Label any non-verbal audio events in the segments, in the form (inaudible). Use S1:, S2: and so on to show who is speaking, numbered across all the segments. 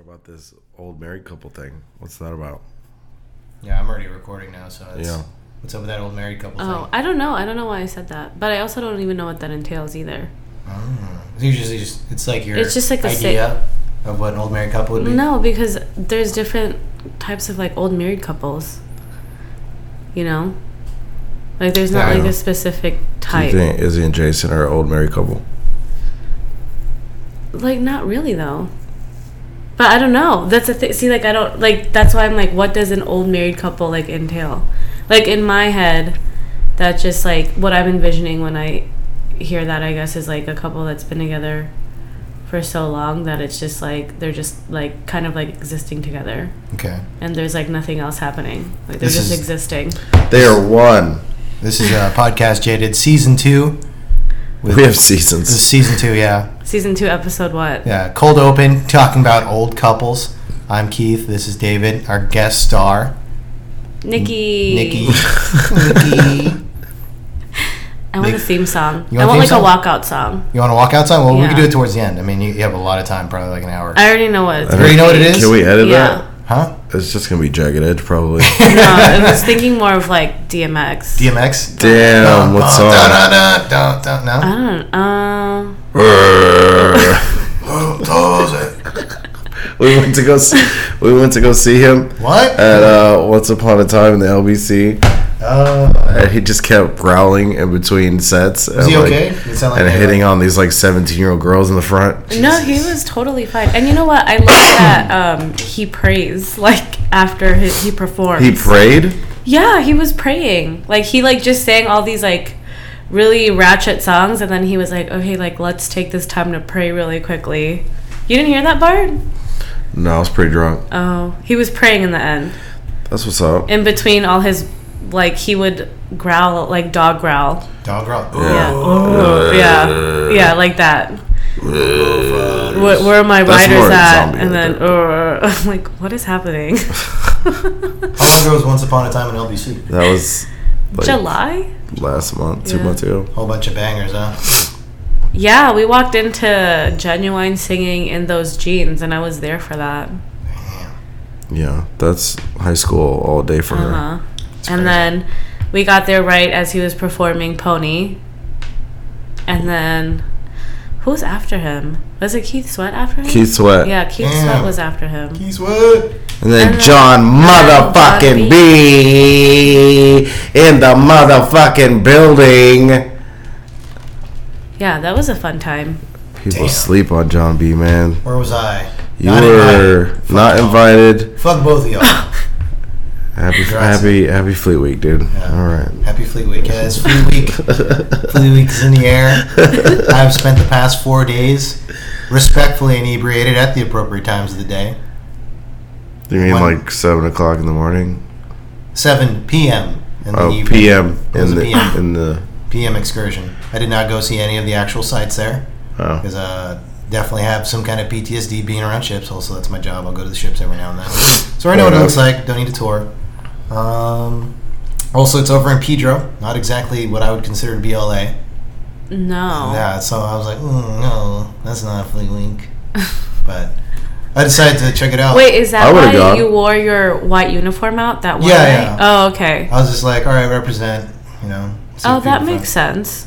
S1: about this old married couple thing. What's that about?
S2: Yeah, I'm already recording now, so it's,
S1: Yeah.
S2: what's up with that old married couple
S3: Oh,
S2: thing?
S3: I don't know. I don't know why I said that, but I also don't even know what that entails either.
S2: It's usually just it's like your
S3: It's just like a sa-
S2: idea of what an old married couple would be.
S3: No, because there's different types of like old married couples. You know, like there's
S2: Yeah,
S3: not
S2: I
S3: like
S2: know.
S3: a specific
S1: Do you
S3: type.
S1: think Izzy and Jason are an old married couple?
S3: Like not really though. But I don't know. That's a thing. See, like I don't like. That's why I'm like, what does an old married couple like entail? Like in my head, that's just like what I'm envisioning when I hear that. I guess is like a couple that's been together for so long that it's just like they're just like kind of like existing together,
S2: Okay.
S3: and there's like nothing else happening. Like they're
S2: This
S3: just
S2: is-
S3: existing.
S1: They are one.
S2: This is uh, (laughs) podcast jaded season two. With
S1: (laughs) We have
S2: (laughs) this is
S1: seasons.
S2: season two, yeah,
S3: Season two, episode what?
S2: yeah. Cold open, talking about old couples. I'm Keith. This is David, our guest star,
S3: Nikki.
S2: Nikki. Nikki.
S3: I want a
S2: Nick-
S3: theme song.
S2: You want
S3: I
S2: a
S3: want like
S2: theme
S3: a walkout song.
S2: You want to walk outside? Well, we can
S3: Yeah.
S2: do it towards the end. I mean, you, you have a lot of time, probably like an hour.
S3: I already know what. It's
S1: I
S3: gonna
S1: already
S2: know what it
S3: be.
S2: is?
S1: (laughs) Can we edit
S3: Yeah.
S2: huh?
S1: that? It's just gonna be jagged edge, probably.
S3: No, I was thinking more of like DMX.
S2: DMX.
S1: Damn, what
S2: Dun,
S1: song?
S2: dun, dun, dun, dun,
S3: I
S2: no.
S3: don't. Um.
S1: (laughs) we went to go. See, we went to go see him
S2: What?
S1: at uh, Once Upon a Time in the LBC,
S2: Uh,
S1: and he just kept growling in between sets.
S2: is
S1: and,
S2: he
S1: like-
S2: okay? It sound like
S1: and
S2: they, like-
S1: hitting on these like 17 year old girls in the front.
S3: No, he was totally fine. And you know what? I love that um, he prays (laughs) like after his, he performs.
S1: He prayed.
S3: yeah, he was praying. Like he like just sang all these like really ratchet songs, and then he was like, okay, like let's take this time to pray really quickly. You didn't hear that, Bard?
S1: No, I was pretty drunk.
S3: Oh, he was praying in the end.
S1: That's what's up.
S3: In between all his, like he would growl like dog growl.
S2: Dog growl.
S3: Yeah.
S2: Ooh.
S3: Oh, yeah. Yeah, like that. Where, where are my
S1: That's more
S3: riders at?
S1: zombie
S3: And
S1: right
S3: then, "Uh," (laughs) I'm like, what is
S1: (laughs)
S3: happening?
S2: How long ago was Once Upon a Time in LBC?
S1: That was like,
S3: July?
S1: last month, two
S3: Yeah.
S1: months ago.
S2: Whole bunch of bangers, huh?
S3: Yeah, we walked into genuine singing in those jeans, and I was there for that.
S1: Yeah, that's high school all day for
S3: Uh
S1: her.
S3: huh. And then we got there right as he was performing Pony. And then who's after him? Was it Keith Sweat after him?
S1: Keith Sweat.
S3: Yeah, Keith
S2: Yeah.
S3: Sweat was after him.
S2: He's what?
S1: And then
S3: And then-
S1: John motherfucking
S3: John
S1: B in the motherfucking building.
S3: Yeah, that was a fun time.
S1: People
S2: Damn.
S1: sleep on John B, man.
S2: Where was I?
S1: You
S2: Not
S1: were
S2: invited. Fuck
S1: not
S2: y'all.
S1: invited.
S2: Fuck both of y'all.
S1: Happy,
S2: Congrats.
S1: happy, happy Fleet Week, dude.
S2: Yeah.
S1: All right.
S2: Happy Fleet Week, guys.
S1: (laughs)
S2: Fleet Week. Fleet Week is in the air. I've spent the past four days respectfully inebriated at the appropriate times of the day.
S1: You mean
S2: When-
S1: like seven o'clock in the morning?
S2: 7 p.m. in the
S1: Oh,
S2: evening.
S1: PM
S2: It was
S1: in
S2: a
S1: the
S2: PM.
S1: in the.
S2: PM excursion. I did not go see any of the actual sites there
S1: Oh,
S2: because uh, definitely have some kind of PTSD being around ships. Also, that's my job. I'll go to the ships every now and then. So I know what it
S1: Fair
S2: looks like. Don't need a tour. Um, also, it's over in Pedro. Not exactly what I would consider to be LA.
S3: No.
S2: Yeah, so I was like, mm, no, that's not a flea
S3: (laughs)
S2: link. but I decided to check it out.
S3: Wait, is
S1: I
S3: that
S1: would've
S3: why
S1: gone.
S3: you wore your white uniform out that one
S2: Yeah,
S3: day?
S2: yeah.
S3: Oh, okay.
S2: I was just like, all right, represent. You know. see
S3: Oh,
S2: if people
S3: that makes sense.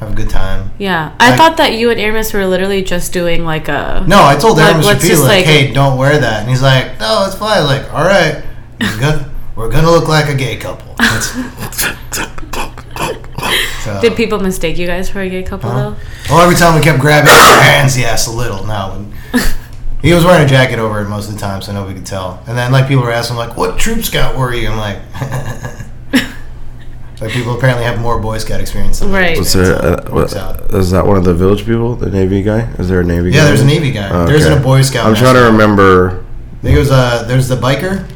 S2: Have a good time.
S3: Yeah, I,
S2: I-
S3: thought that you and Aramis were literally just doing like a.
S2: No, I told
S3: Like,
S2: Aaron
S3: let's
S2: Shapiro,
S3: just,
S2: like,
S3: like-
S2: hey, don't wear that. And he's like, no, it's fine. I was like, all right,
S3: (laughs)
S2: we're gonna, we're gonna look like a gay couple. That's, so,
S3: Did people mistake you guys for a gay couple
S2: Huh?
S3: though?
S2: well, every time we kept grabbing our hands, yes, a little. No, when-
S3: (laughs)
S2: he was wearing a jacket over it most of the time, so nobody could tell. And then, like, people were asking, like, what troop scout were you? I'm like, (laughs) like people apparently have more Boy Scout experience. Than
S3: Right.
S1: (laughs) was
S2: That's
S1: there?
S2: how it
S1: Uh,
S2: works out.
S1: what- is that one of the village people? The Navy guy? Is there a Navy? guy?
S2: Yeah, there's a Navy guy.
S1: Oh,
S2: There's
S1: okay.
S2: a Boy Scout.
S1: I'm trying to
S2: master.
S1: remember.
S2: There was uh, there's the biker,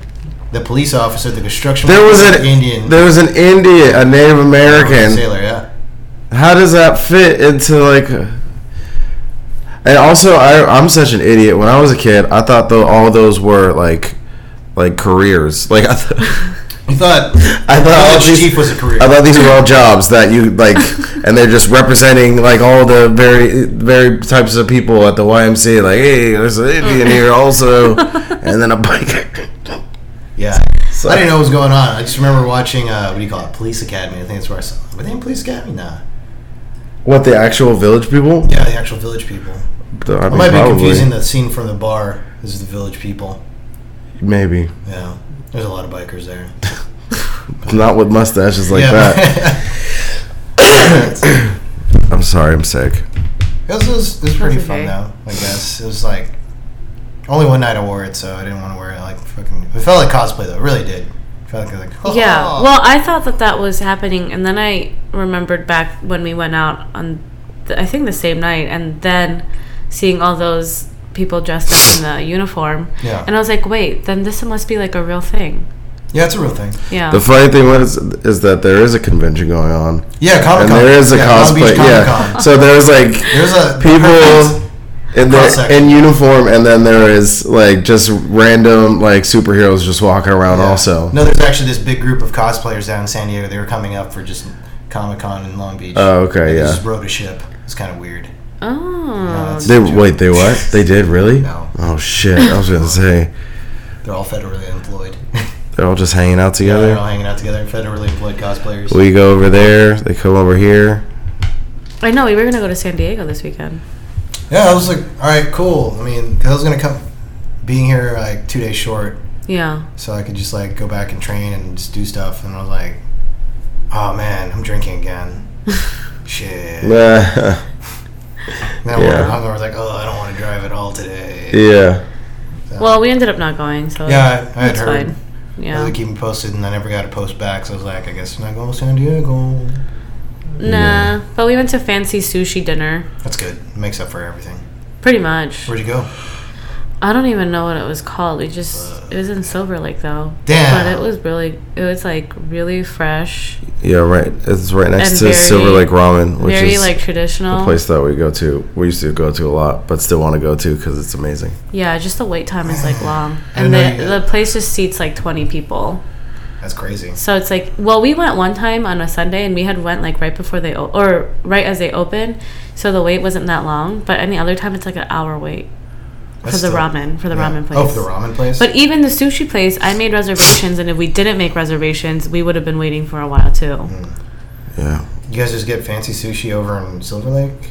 S2: the police officer, the construction.
S1: There was
S2: worker,
S1: an
S2: the Indian
S1: Indian. There was an Indian, a Native American.
S2: sailor. Yeah,
S1: How does that fit into like? a- And also, I I'm such an idiot. When I was a kid, I thought though all those were like, like careers. Like I, th- (laughs)
S2: You thought
S1: I thought all
S2: Village
S1: these,
S2: chief was a career.
S1: I thought these were all jobs that you
S2: (laughs)
S1: like, and they're just representing like all the very very types of people at the YMCA. Like, hey, there's an Indian here
S2: (laughs)
S1: also, and then a biker.
S2: yeah. I didn't know what was going on. I just remember watching uh, what do you call it, Police Academy. I think that's where I saw. But they in Police Academy, nah.
S1: What the actual village people?
S2: Yeah, the actual village people.
S1: I
S2: I
S1: mean,
S2: might be
S1: probably.
S2: confusing the scene from the bar. This is the village people.
S1: Maybe
S2: Yeah, there's a lot of bikers there.
S1: not with mustaches like
S2: yeah. (laughs)
S1: that.
S2: that.
S1: I'm sorry, I'm sick.
S2: this was, it was pretty
S3: That's
S2: fun
S3: okay.
S2: though. I guess it was like only one night I wore it, so I didn't want to wear it. Like fucking, it felt like cosplay though. It really did. It felt like, like (laughs) oh,
S3: Yeah. Well, I thought that that was happening, and then I remembered back when we went out on, the, I think the same night, and then seeing all those people dressed up in the uniform,
S2: yeah,
S3: and I was like, wait, then this must be like a real thing.
S2: yeah, it's a real thing.
S3: Yeah.
S1: The funny thing was is that there is a convention going on,
S2: Yeah, Comic
S1: and
S2: Con.
S1: there is a
S2: Oh, yeah, Long
S1: cosplay.
S2: Beach Comic Con.
S3: (laughs)
S1: Yeah, so there's
S2: (laughs)
S1: like
S2: There's a
S1: people in the,
S2: Cross-section.
S1: in uniform, and then there is like just random like superheroes just walking around.
S2: Yeah.
S1: Also,
S2: No, there's actually this big group of cosplayers down in San Diego. They were coming up for just Comic Con in Long Beach.
S1: oh okay,
S2: They
S1: yeah.
S2: just rode a ship. It's kind of weird.
S3: oh.
S2: that's-
S1: They wait, they what? They did really?
S2: No.
S1: Oh shit! I was gonna say
S2: They're all federally employed. (laughs)
S1: they're all just hanging out
S2: They're
S1: together.
S2: all hanging out together. Federally employed cosplayers.
S1: We go over there, they come over here.
S3: I know we were gonna go to San Diego this weekend.
S2: Yeah, I was like, all right, cool. I mean, 'cause I was gonna come, being here like two days short,
S3: Yeah.
S2: so I could just like go back and train and just do stuff. And I was like, oh man, I'm drinking again. Shit. And
S1: yeah,
S2: then I
S1: Yeah.
S2: yeah. hungover. I was like, oh, I don't want to drive at all today.
S1: (laughs) yeah.
S3: (laughs) Well, we ended up not going, so
S2: Yeah, I, I had
S3: that's
S2: heard.
S3: fine.
S2: I was
S3: Yeah.
S2: like, keep me posted, and I never got a post back. So I was like, I guess I'm not going to San Diego.
S3: Nah, but we went to fancy sushi dinner.
S2: That's good. It makes up for everything.
S3: Pretty much.
S2: Where'd you go?
S3: I don't even know what it was called. We just it was in Silver Lake though.
S2: Damn.
S3: But it was really it was like really fresh,
S1: right. It's right next
S3: And
S1: to
S3: very-
S1: Silver Lake Ramen, which
S3: very
S1: is
S3: like
S1: a
S3: traditional.
S1: place that we go to. We used to go to a lot, but still want to go to because it's amazing.
S3: Yeah, just the wait time is
S2: (sighs)
S3: like long,
S2: didn't
S3: and
S2: know you
S3: the
S2: could-
S3: the place just seats like twenty people.
S2: That's crazy.
S3: So it's like, well, we went one time on a Sunday, and we had went like right before they o- or right as they opened, so the wait wasn't that long. But any other time, it's like an hour wait for
S2: That's
S3: the
S2: still-
S3: ramen for the
S2: yeah.
S3: ramen place.
S2: Oh, for the ramen place.
S3: But even the sushi place, I made reservations, and if we didn't make reservations, we would have been waiting for a while too.
S1: Yeah.
S2: Hmm. you guys just get fancy sushi over in Silver Lake,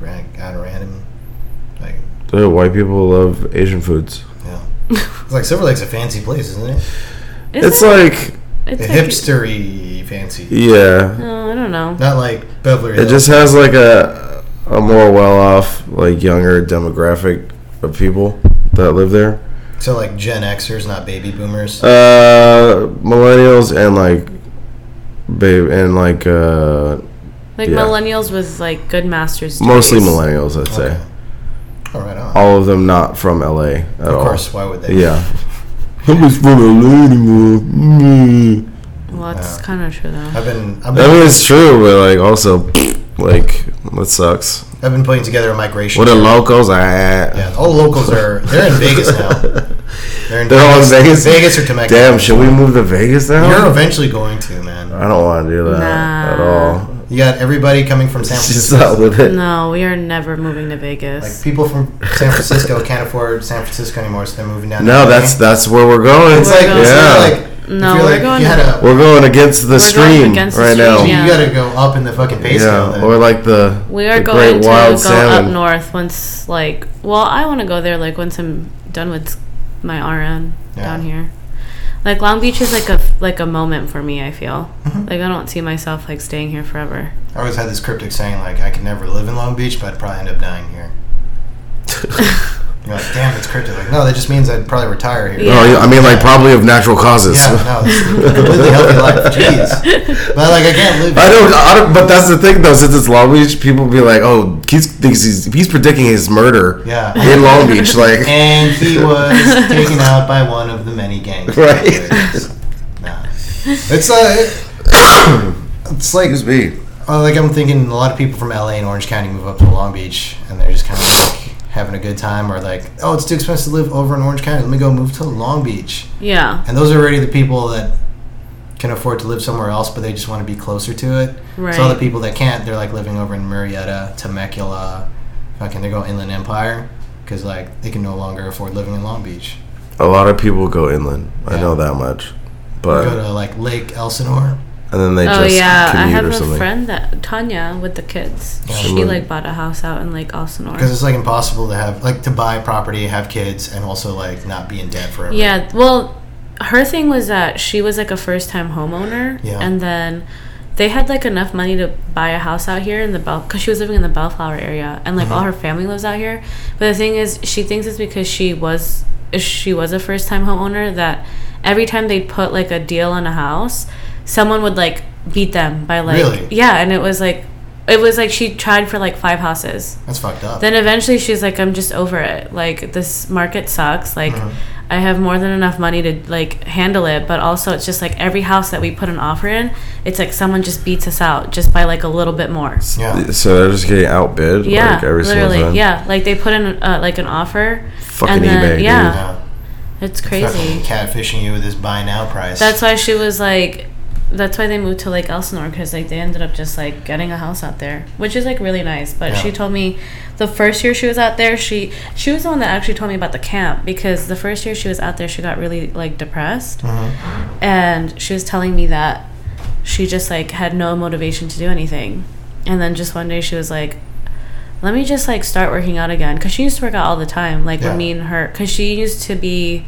S2: Ran- at a random, like
S1: The white people love Asian foods.
S3: (laughs)
S2: yeah. it's like Silver Lake's a fancy place, isn't it?
S3: Is
S1: It's
S3: it?
S1: like,
S3: it's
S2: A
S3: like-
S2: hipstery fancy,
S1: yeah,
S3: Oh, I don't know.
S2: not like Beverly.
S1: It
S2: Hills.
S1: just has like a a more well off, like younger demographic of people that live there.
S2: so like Gen Xers, not baby boomers.
S1: Oh, Uh millennials and like babe and like uh
S3: Like
S1: Yeah.
S3: millennials with like good masters. Degrees.
S1: mostly millennials I'd say.
S2: Okay. All right, on.
S1: All of them not from LA at all.
S2: of course, why would they?
S1: Yeah. Nobody's from LA anymore. Mm.
S3: Well, it's
S2: Yeah.
S3: kind of true though.
S1: (laughs)
S2: I've been I've
S1: I
S2: been,
S1: mean it's true, but like also like that sucks.
S2: I've been putting together a migration.
S1: What the locals are at.
S2: Yeah, all locals are they're in Vegas now.
S1: (laughs)
S2: They're in
S1: They're all in Vegas?
S2: Vegas or Temecula.
S1: Damn, should we Uh, move to Vegas now?
S2: You're eventually going to, man.
S1: I don't want to do that
S3: Nah.
S1: at all.
S2: You got everybody coming from San
S1: (laughs) She's
S2: Francisco.
S1: not with it.
S3: No, we are never moving to Vegas.
S2: Like people from San Francisco can't afford San Francisco anymore, so they're moving down.
S1: No,
S2: to
S1: that's
S2: LA.
S1: that's where we're going.
S2: it's like,
S3: going.
S2: it's
S1: yeah,
S2: yeah. like if
S3: No,
S2: you're
S3: we're
S2: like,
S3: going
S2: You,
S3: to-
S2: had a,
S1: we're going against the stream
S3: against the
S1: right
S3: stream,
S1: now.
S2: you
S1: Yeah,
S3: yeah.
S2: gotta go up in the fucking base now.
S1: or like the
S3: we are
S1: the
S3: going to go
S1: salmon.
S3: up north once, like, well, I want to go there, like, once I'm done with s- my RN down
S2: Yeah.
S3: here. Like Long Beach is like a like a moment for me. I feel
S2: Mm-hmm.
S3: like I don't see myself like staying here forever. (laughs)
S2: I always had this cryptic saying like, I could never live in Long Beach, but I'd probably end up dying
S3: (laughs)
S2: here. You're like, damn, it's cryptic. Like, no, that just means I'd probably retire here.
S1: Oh, yeah, I mean, like probably of natural causes.
S2: Yeah, no, it's a completely healthy life.
S3: (laughs)
S2: Jeez, but like I can't
S1: (laughs)
S2: live.
S1: I don't, I don't. But that's the thing, though. Since it's Long Beach, people be like, "Oh, Keith thinks he's he's predicting his murder
S2: Yeah.
S1: in
S2: (laughs)
S1: Long Beach." Like, (laughs)
S2: And he was taken out by one of the many gangs.
S1: Right.
S2: Nah. It's uh, it's like
S1: excuse me.
S2: uh, like I'm thinking a lot of people from LA and Orange County move up to Long Beach and they're just kind of like having a good time or like oh it's too expensive to live over in Orange County let me go move to Long Beach
S3: Yeah,
S2: and those are already the people that can afford to live somewhere else, but they just want to be closer to it.
S3: Right.
S2: So all the people that can't, they're like living over in Marietta, Temecula, fucking they go Inland Empire because like they can no longer afford living in Long Beach.
S1: A lot of people go inland. I
S2: Yeah.
S1: know that much.
S2: They
S1: But
S2: go to like Lake Elsinore.
S1: and then they
S3: Oh
S1: just
S3: yeah, I
S1: commute
S3: have
S1: or
S3: a
S1: something.
S3: friend that Tanya with the kids.
S2: Yeah.
S3: She
S1: Mhm.
S3: like bought a house out in Lake
S2: Because
S3: Elsinore.
S2: it's like impossible to have like to buy property, have kids, and also like not be in debt forever.
S3: Yeah, well, her thing was that she was like a first-time homeowner,
S2: Yeah.
S3: and then they had like enough money to buy a house out here in the Bell because she was living in the Bellflower area, and like all
S2: Uh-huh.
S3: her family lives out here. But the thing is, she thinks it's because she was if she was a first-time homeowner that every time they put like a deal on a house, someone would like beat them by like
S2: Really?
S3: yeah, and it was like. It was like she tried for like five houses
S2: That's fucked up.
S3: then eventually she's like i'm just over it like this market sucks like
S2: Mhm.
S3: i have more than enough money to like handle it but also it's just like every house that we put an offer in it's like someone just beats us out just by like a little bit more
S2: yeah.
S1: So they're just getting outbid
S3: yeah
S1: like every single
S3: literally
S1: time.
S3: yeah like they put in uh, like an offer
S1: Fucking
S3: and then-
S1: eBay,
S3: yeah.
S1: dude.
S2: yeah.
S3: it's
S2: Fucking
S3: crazy
S2: catfishing you with this buy now price.
S3: that's why she was like that's why they moved to Lake Elsinore because like they ended up just like getting a house out there, which is like really nice. But
S2: Yeah.
S3: she told me the first year she was out there, she she was the one that actually told me about the camp because the first year she was out there, she got really like depressed,
S2: Mhm.
S3: and she was telling me that she just like had no motivation to do anything, and then just one day she was like. Let me just like start working out again because she used to work out all the time. Like
S2: Yeah.
S3: when me and her, because she used to be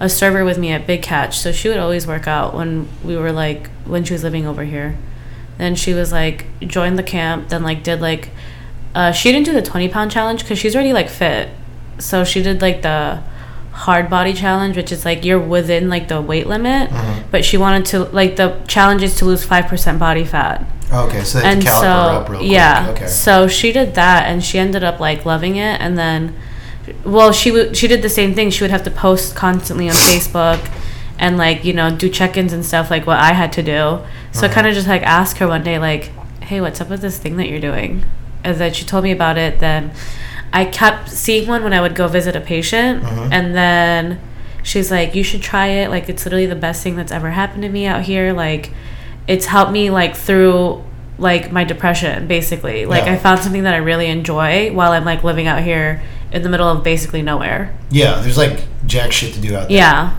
S3: a server with me at Big Catch, so she would always work out when we were like when she was living over here. Then she was like joined the camp, then like did like uh, she didn't do the twenty pound challenge because she's already like fit, so she did like the hard body challenge, which is like you're within like the weight limit,
S2: Mm-hmm.
S3: but she wanted to like the challenge is to lose five percent body fat
S2: Okay, so they have
S3: and
S2: to
S3: so
S2: caliper up real quick.
S3: yeah
S2: Okay.
S3: so she did that and she ended up like loving it and then well she would she did the same thing she would have to post constantly on facebook and like you know do check-ins and stuff like what i had to do so i
S2: Uh-huh.
S3: kind of just like asked her one day like hey what's up with this thing that you're doing and then she told me about it then i kept seeing one when i would go visit a patient
S2: Mm-hmm.
S3: and then she's like you should try it like it's literally the best thing that's ever happened to me out here like it's helped me like through like my depression basically like
S2: Yeah.
S3: i found something that i really enjoy while i'm like living out here in the middle of basically nowhere
S2: yeah, there's like jack shit to do out there.
S3: yeah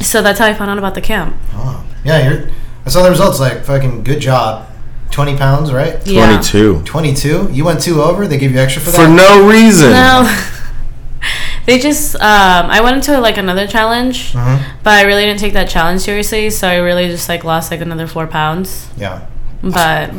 S3: so that's how i found out about the camp
S2: Oh. Yeah, you're. I saw the results. Like fucking good job. Twenty pounds, right?
S3: yeah
S1: Twenty two.
S2: Twenty-two. You went two over. They give you extra for that.
S1: For no reason.
S3: no (laughs) they just um i went into like another challenge
S2: Mhm.
S3: but i really didn't take that challenge seriously so i really just like lost like another four pounds
S2: Yeah.
S3: but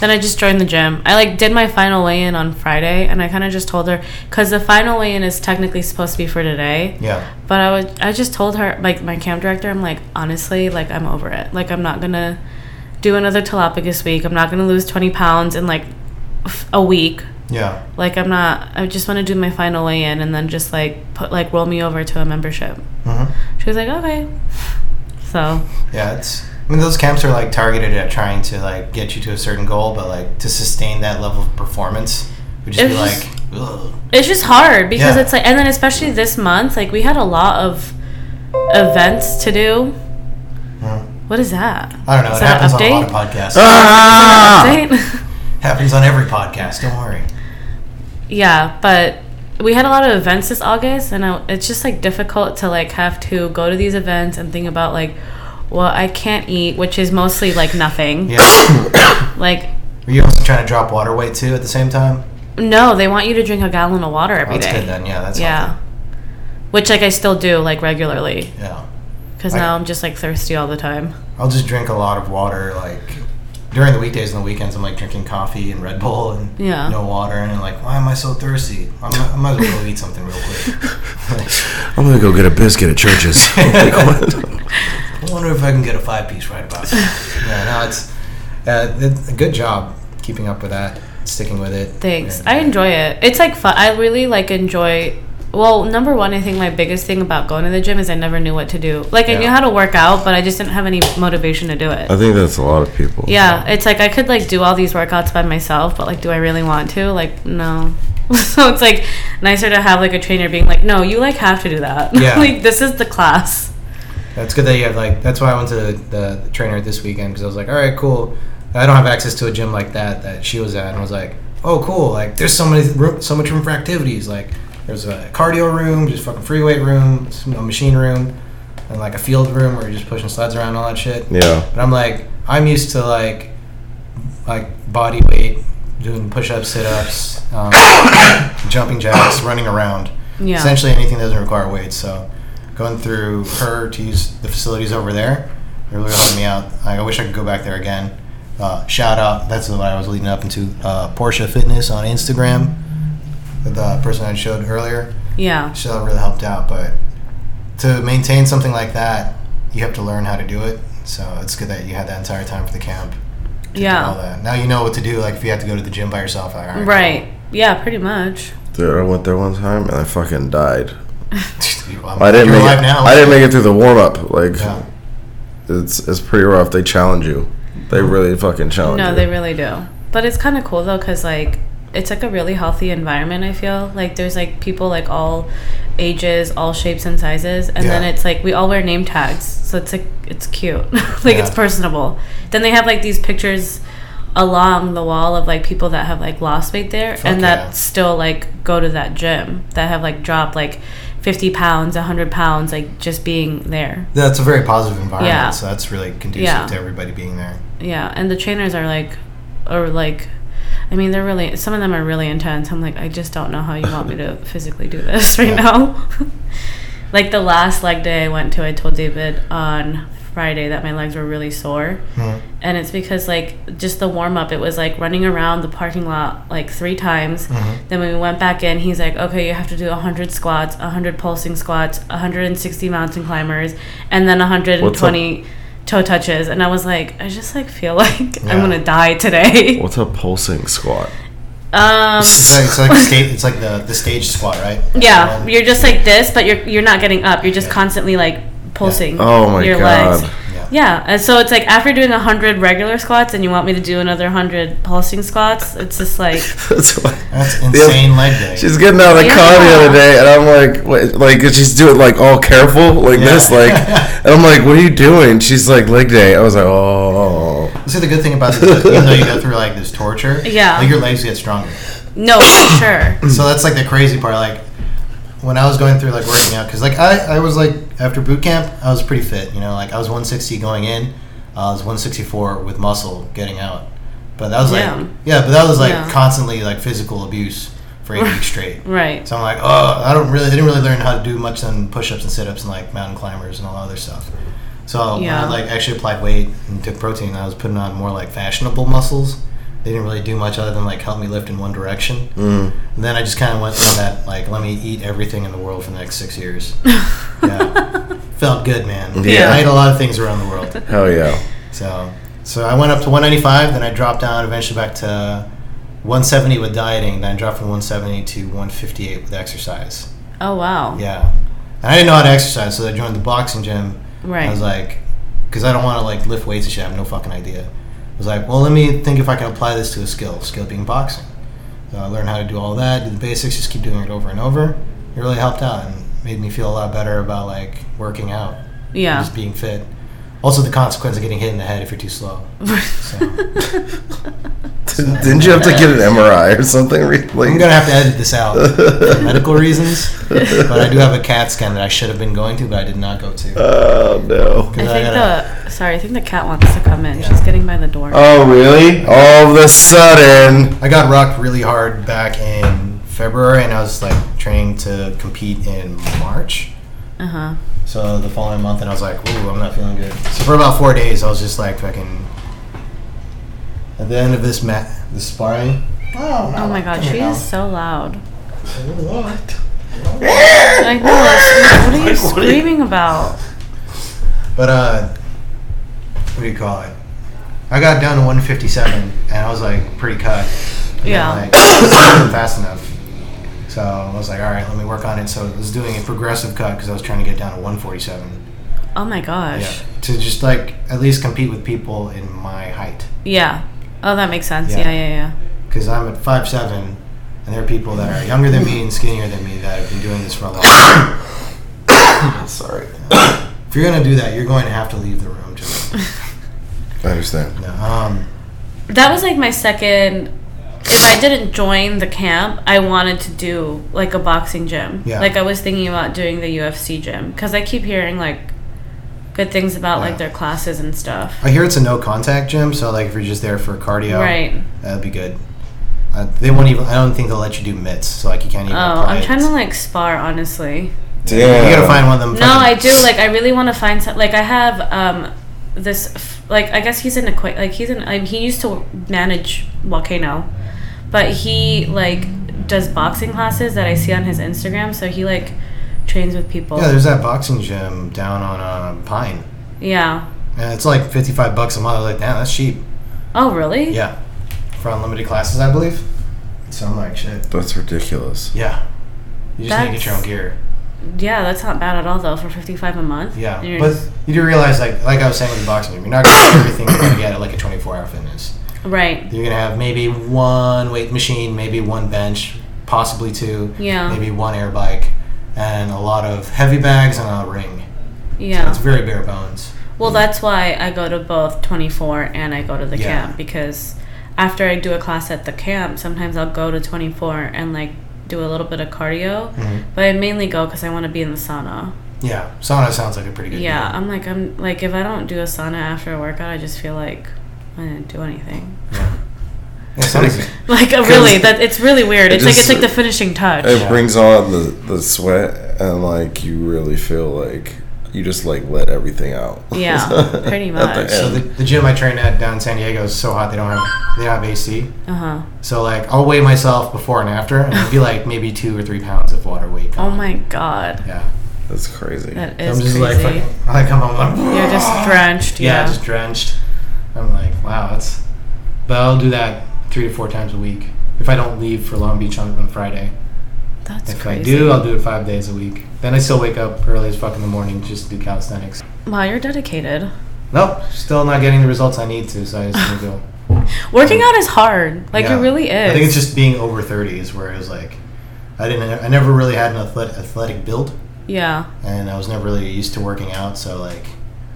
S3: then I just joined the gym. I like did my final weigh in on Friday, and I kind of just told her because the final weigh in is technically supposed to be for today.
S2: Yeah.
S3: But I would, I just told her like my camp director, I'm like honestly, like I'm over it. Like I'm not gonna do another Telepagus week. I'm not gonna lose 20 pounds in like f- a week.
S2: Yeah.
S3: Like I'm not. I just want to do my final weigh in and then just like put like roll me over to a membership.
S2: hmm
S3: She was like, okay. (laughs) So
S2: Yeah. It's. I mean, those camps are like targeted at trying to like get you to a certain goal, but like to sustain that level of performance would just
S3: It
S2: be
S3: was-
S2: like. Ugh.
S3: it's just hard because
S2: Yeah.
S3: it's like and then especially this month like we had a lot of events to do
S2: Mhm.
S3: what is that
S2: I don't know.
S3: Is
S2: it
S3: that an
S2: happens on a lot of
S3: update? Uh.
S2: podcasts.
S1: Ah!
S3: (laughs) Right?
S2: happens on every podcast. Don't worry.
S3: yeah but we had a lot of events this august and I, it's just like difficult to like have to go to these events and think about like well i can't eat which is mostly like nothing
S2: Yeah.
S3: (coughs) like
S2: Were you also trying to drop water weight too at the same time?
S3: no they want you to drink a gallon of water
S2: Oh,
S3: every
S2: that's
S3: day.
S2: good then. Yeah, that's
S3: yeah which like i still do like regularly
S2: healthy. Yeah.
S3: because
S2: I-
S3: now i'm just like thirsty all the time
S2: I'll just drink a lot of water. Like during the weekdays and the weekends, I'm like drinking coffee and Red Bull and
S3: Yeah.
S2: no water. And I'm like, why am I so thirsty? I'm, I might as well go eat something real quick.
S1: I'm gonna go get a biscuit at
S2: (laughs)
S1: churches. Like, what?
S2: I wonder if I can get a five piece right about now.
S3: (laughs)
S2: yeah, no, it's uh, it's a good job keeping up with that, sticking with it. uh,
S3: Thanks.
S2: Yeah.
S3: I enjoy it. It's like fun. I really like enjoy. Well, number one, I think my biggest thing about going to the gym is I never knew what to do. Like I knew
S2: Yeah.
S3: how to work out, but I just didn't have any motivation to do it.
S1: I think that's a lot of people.
S3: yeah, it's like I could like do all these workouts by myself, but like, do I really want to? Like, no. (laughs) so it's like nicer to have like a trainer being like, no, you like have to do that. (laughs)
S2: Yeah.
S3: like this is the class.
S2: That's good that you have like. That's why I went to the, the trainer this weekend because I was like, all right, cool. I don't have access to a gym like that that she was at, and I was like, oh, cool. Like, there's so many roo- so much room for activities. Like, there's a cardio room, just fucking free weight room, some, a machine room, and like a field room where you're just pushing sleds around and all that shit.
S1: Yeah.
S2: But I'm like, I'm used to like, like body weight, doing push-ups, sit-ups, um, (coughs) jumping jacks, running around.
S3: Yeah.
S2: Essentially anything that doesn't require weights. So going through her to use the facilities over there really helped me out. I wish I could go back there again. Uh, shout out. That's what I was leading up into. Uh, Portia Fitness on Instagram. The person I showed earlier.
S3: Yeah.
S2: So that really helped out. But to maintain something like that, you have to learn how to do it. So it's good that you had that entire time for the camp. and All
S3: Yeah.
S2: that. Now you know what to do. Like if you have to go to the gym by yourself, like, all right, (laughs)
S3: Right. Yeah, pretty much.
S1: Dude, I went there one time and I fucking died.
S2: I'm-
S1: I didn't
S2: you're
S1: make
S2: alive
S1: it,
S2: now.
S1: I didn't make it through the warm up. Like
S2: Yeah.
S1: it's it's pretty rough. They challenge you. They
S2: Mm-hmm.
S1: really fucking challenge
S3: No,
S1: you.
S3: they really do. But it's kind of cool though, cause like it's like a really healthy environment. I feel like there's like people like all ages, all shapes and sizes, and then
S2: Yeah.
S3: it's like we all wear name tags, so it's like it's cute, (laughs) like
S2: Yeah.
S3: it's personable. Then they have like these pictures along the wall of like people that have like lost weight there
S2: Fuck
S3: and
S2: yeah.
S3: that still like go to that gym that have like dropped like 50 pounds 100 pounds like just being there
S2: That's a very positive environment.
S3: Yeah.
S2: So that's really conducive
S3: Yeah.
S2: to everybody being there.
S3: Yeah, and the trainers are like, are like, I mean, they're really. Some of them are really intense. I'm like, I just don't know how you want me to physically do this right
S2: Yeah.
S3: now. (laughs) like the last leg day I went to, I told David on Friday that my legs were really sore, and it's because like just the warm up. It was like running around the parking lot like three times. Then when we went back in, he's like, okay, you have to do 100 squats, 100 pulsing squats, 160 mountain climbers, and then 120 toe touches. And I was like, I just like feel (laughs) like
S2: Yeah.
S3: I'm gonna die today.
S1: What's a pulsing squat?
S3: Um,
S2: So it's like state. It's like the, the stage squat, right?
S3: yeah,
S2: Um,
S3: you're just like this, but you're you're not getting up. You're just
S2: Yeah.
S3: constantly like pulsing
S1: Oh my
S3: your
S1: god.
S3: legs.
S2: yeah.
S3: Yeah, and so it's like after doing 100 regular squats and you want me to do another 100 pulsing squats, it's just like
S1: (laughs) That's why.
S2: That's
S1: The other-
S2: insane leg day.
S1: She's getting out of the car the
S3: Yeah.
S1: other day, and I'm like, wait, like she's doing like all careful like
S2: Yeah.
S1: this,
S2: (laughs)
S1: like, and I'm like, what are you doing? She's like, leg day. I was like, oh,
S2: See the good thing about this, like, even though you go through like this torture,
S3: Yeah.
S2: like your legs get stronger.
S3: no, for
S1: (coughs)
S3: sure.
S2: So that's like the crazy part. Like when I was going through like working out, because like I, I was like after boot camp, I was pretty fit. You know, like I was 160 going in, uh, I was 164 with muscle getting out. But that was like
S3: Yeah.
S2: yeah, but that was like
S3: Yeah.
S2: constantly like physical abuse for eight
S3: (laughs)
S2: weeks straight.
S3: Right.
S2: So I'm like, oh, I don't really, I didn't really learn how to do much on push-ups and sit-ups and like mountain climbers and all that other stuff. So
S3: Yeah.
S2: when I like actually applied weight and took protein, I was putting on more like fashionable muscles. They didn't really do much other than like help me lift in one direction.
S1: Mm.
S2: And then I just kind of went through that like, let me eat everything in the world for the next six years. Yeah. Felt good, man.
S1: Yeah.
S2: I ate a lot of things around the world.
S1: hell
S2: (laughs)
S1: yeah.
S2: So, so I went up to 195, then I dropped down eventually back to 170 with dieting, then I dropped from 170 to 158 with exercise.
S3: Oh wow.
S2: Yeah, and I didn't know how to exercise, so I joined the boxing gym.
S3: Right.
S2: I was like, because I don't want to like lift weights and shit. I have no fucking idea. I was like, well, let me think if I can apply this to a skill, skill being boxing. So I learned how to do all that, do the basics, just keep doing it over and over. It really helped out and made me feel a lot better about like working out, and
S3: yeah.
S2: just being fit. Also, the consequence of getting hit in the head if you're too slow. So.
S1: Didn't you have to get an MRI or something? Re-
S2: I'm
S1: Like,
S2: gonna have to edit this out
S1: (laughs)
S2: for medical reasons, but I do have a CAT scan that I should have been going to, but I did not go to.
S1: oh no.
S3: I
S2: 'Cause
S3: think
S2: gotta-
S3: the sorry, I think the cat wants to come in. She's getting by the door.
S1: Oh really? All of a sudden.
S2: I got rocked really hard back in February, and I was like training to compete in March.
S3: Uh huh.
S2: So the following month, and I was like, "Ooh, I'm not feeling good." So for about four days, I was just like fucking. At the end of this mat, this sparring. Oh,
S3: Oh my god, she is
S2: she's.
S3: so loud.
S2: What?
S3: I know. it's- What are you screaming about?
S2: But uh, what do you call it? I got down to 157, and I was like pretty cut. And then,
S3: Yeah.
S2: Like, (coughs) I wasn't fast enough. So I was like, all right, let me work on it. So I was doing a progressive cut because I was trying to get down to 147.
S3: Oh my gosh.
S2: Yeah. To just like at least compete with people in my height,
S3: Yeah. Oh, that makes sense.
S2: Yeah.
S3: Yeah, yeah,
S2: because I'm at 5'7", and there are people that are younger
S3: (coughs)
S2: than me and skinnier than me that have been doing this for a long time.
S1: Sorry.
S2: If you're gonna do that, you're going to have to leave the room.
S3: (laughs)
S2: Just
S1: I understand.
S2: no. Um,
S3: That was like my second. If I didn't join the camp, I wanted to do like a boxing gym.
S2: Yeah.
S3: Like I was thinking about doing the UFC gym because I keep hearing like good things about
S2: Yeah.
S3: like their classes and stuff.
S2: I hear it's a no contact gym, so like if you're just there for cardio,
S3: Right.
S2: that'd be good. Uh, they won't even. I don't think they'll let you do mitts, so like you can't even.
S3: Oh,
S2: apply
S3: I'm
S2: it.
S3: trying to like spar honestly.
S1: Damn.
S2: You gotta find one of them.
S3: No,
S2: fucking-
S3: I do. Like I really want to find some. Like I have um this f- like I guess he's an acquaint. Like he's an I he used to manage volcano, but he like does boxing classes that I see on his Instagram. So he like trains with people.
S2: Yeah, there's that boxing gym down on uh, Pine,
S3: Yeah.
S2: and it's like 55 bucks a month. I was like, damn, that's cheap.
S3: Oh, really?
S2: Yeah, for unlimited classes, I believe. So I'm like, shit.
S1: That's ridiculous.
S2: Yeah, you just need to get your own
S3: That's-
S2: gear.
S3: Yeah, that's not bad at all, though, for 55 a month.
S2: Yeah,
S3: You're-
S2: but you do realize, like, like I was saying with the boxing gym, you're not gonna get everything you're gonna get at like a 24 hour fitness.
S3: right.
S2: You're gonna have maybe one weight machine, maybe one bench, possibly two,
S3: Yeah.
S2: maybe one air bike, and a lot of heavy bags and a ring.
S3: Yeah.
S2: It's very bare bones.
S3: Well, that's why I go to both 24 and I go to the
S2: Yeah.
S3: camp because after I do a class at the camp, sometimes I'll go to 24 and like do a little bit of cardio, but I mainly go because I want to be in the sauna.
S2: Yeah, sauna sounds like a pretty good.
S3: Yeah, I'm like I'm like if I don't do a sauna after a workout, I just feel like I didn't do anything. (laughs)
S2: deal. Yeah. Yeah, sauna's good. (laughs)
S3: Like uh, really, that it's really weird.
S1: It
S3: It's like
S1: just-
S3: it's like the finishing touch.
S1: It brings on the, the sweat and like you really feel like you just like let everything out. (laughs)
S3: Yeah, pretty
S1: At the
S3: much.
S2: So
S1: end.
S2: the, the gym I train at down in San Diego is so hot they don't have they don't have AC.
S3: Uh huh.
S2: So like I'll weigh myself before and after, and it'd be like maybe two or three pounds of water weight.
S3: Oh
S2: gone.
S3: my god,
S2: Yeah.
S1: That's crazy.
S3: that
S2: So
S3: is
S2: I'm just like,
S3: crazy.
S2: fucking, I come home like.
S3: You're just drenched.
S2: yeah,
S3: Yeah.
S2: just drenched. I'm like, wow, that's. But I'll do that three to four times a week if I don't leave for Long Beach on, on Friday.
S3: That's
S2: if
S3: crazy.
S2: I do, I'll do it five days a week. Then I still wake up early as fuck in the morning just to do calisthenics.
S3: Wow, you're dedicated.
S2: Nope, still not getting the results I need to, so I just need to go.
S3: Working out is hard. (sighs) Like
S2: Yeah.
S3: it really is.
S2: I think it's just being over thirty is where it was like, I didn't, I never really had an athletic, athletic build,
S3: Yeah. (laughs)
S2: and I was never really used to working out. So like,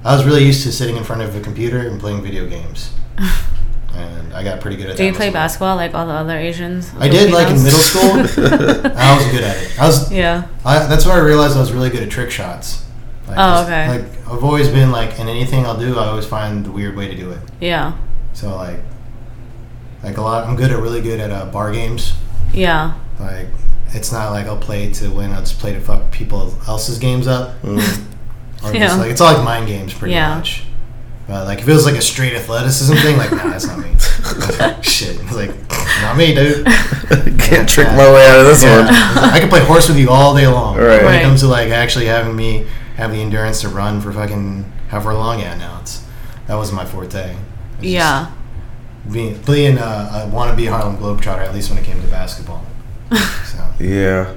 S2: I was really used to sitting in front of a computer and playing video games, and I got pretty good at that.
S3: Do you play
S2: as well.
S3: basketball like all the other Asians?
S2: I did, like, in middle school.
S3: (laughs) Filipinos?
S2: I was good at it. I was.
S3: yeah.
S2: I, that's where I realized I was really good at trick shots. Like,
S3: Oh,
S2: just-
S3: okay.
S2: Like I've always been like in anything I'll do, I always find the weird way to do it.
S3: Yeah.
S2: So like, like a lot. I'm good at really good at uh, bar games.
S3: Yeah.
S2: Like it's not like I'll play to win. I'll just play to fuck people else's games up.
S1: Mm.
S3: (laughs)
S2: Or
S3: Yeah.
S2: just, like it's all like mind games pretty
S3: Yeah.
S2: much. But like if it was like a straight athleticism thing, like nah, that's
S3: (laughs)
S2: not me. Shit, it's like not me, dude.
S1: Can't trick my way out of this
S2: Yeah.
S1: one.
S2: I could play horse with you all day long.
S1: Right.
S2: When
S3: Right.
S2: it comes to like actually having me have the endurance to run for fucking however long, yeah, no, it's that wasn't my forte. It was
S3: Yeah.
S2: just Being, being uh, I want to be a Harlem Globetrotter at least when it came to
S3: (laughs)
S2: basketball. so,
S1: Yeah.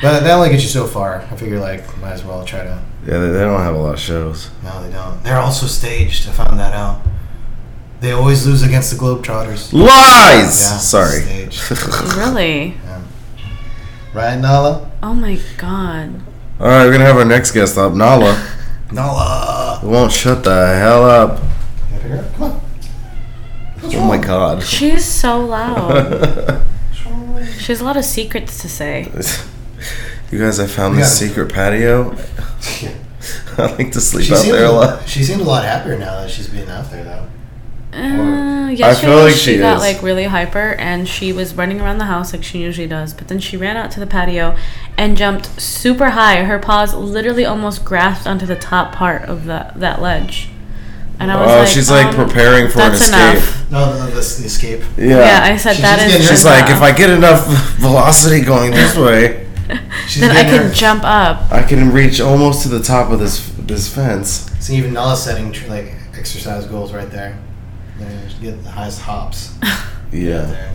S2: but that only gets you so far. I figure like might as well try to.
S1: Yeah, they, they don't have a lot of shows.
S2: No, they don't. They're also staged. I found that out. They always lose against the Globetrotters.
S1: Lies!
S2: Yeah,
S3: (laughs)
S1: Sorry.
S2: Staged.
S3: really?
S2: Right, Nala?
S3: Oh my god.
S1: Alright, we're gonna have our next guest up, Nala.
S2: Nala.
S1: It won't shut the hell up.
S2: Can I pick her up? Come on.
S1: Oh my
S2: (laughs)
S1: god. (laughs)
S3: She's so loud. She has a lot of secrets to say.
S1: you guys, I found
S2: We
S1: this
S2: gotta-
S1: secret patio. (laughs)
S2: Yeah.
S1: I like to sleep
S2: She
S1: out
S2: seemed,
S1: there a lot.
S2: she seemed a lot happier now that she's being out there, though.
S3: Uh, yesterday
S1: feel like
S3: she,
S1: she
S3: got
S1: is.
S3: like really hyper and she was running around the house like she usually does but then she ran out to the patio and jumped super high her paws literally almost grasped onto the top part of the, that ledge and i was
S1: Oh,
S3: like
S1: she's, like,
S3: um,
S1: preparing for an
S3: that's
S1: escape.
S3: enough.
S2: No, the, the, the escape.
S1: Yeah.
S3: yeah i said
S2: She's
S3: that
S2: just
S3: is
S2: getting-
S1: She's
S2: She's
S1: like,
S3: enough.
S1: if I get enough (laughs) velocity going this way,
S2: She's
S3: then i
S2: getting
S3: can
S2: her-
S3: jump up (laughs)
S1: I can reach almost to the top of this this fence.
S2: See, even Nala's setting tr- like exercise goals right there. Yeah, she Get the highest hops. out
S1: Yeah.
S2: there.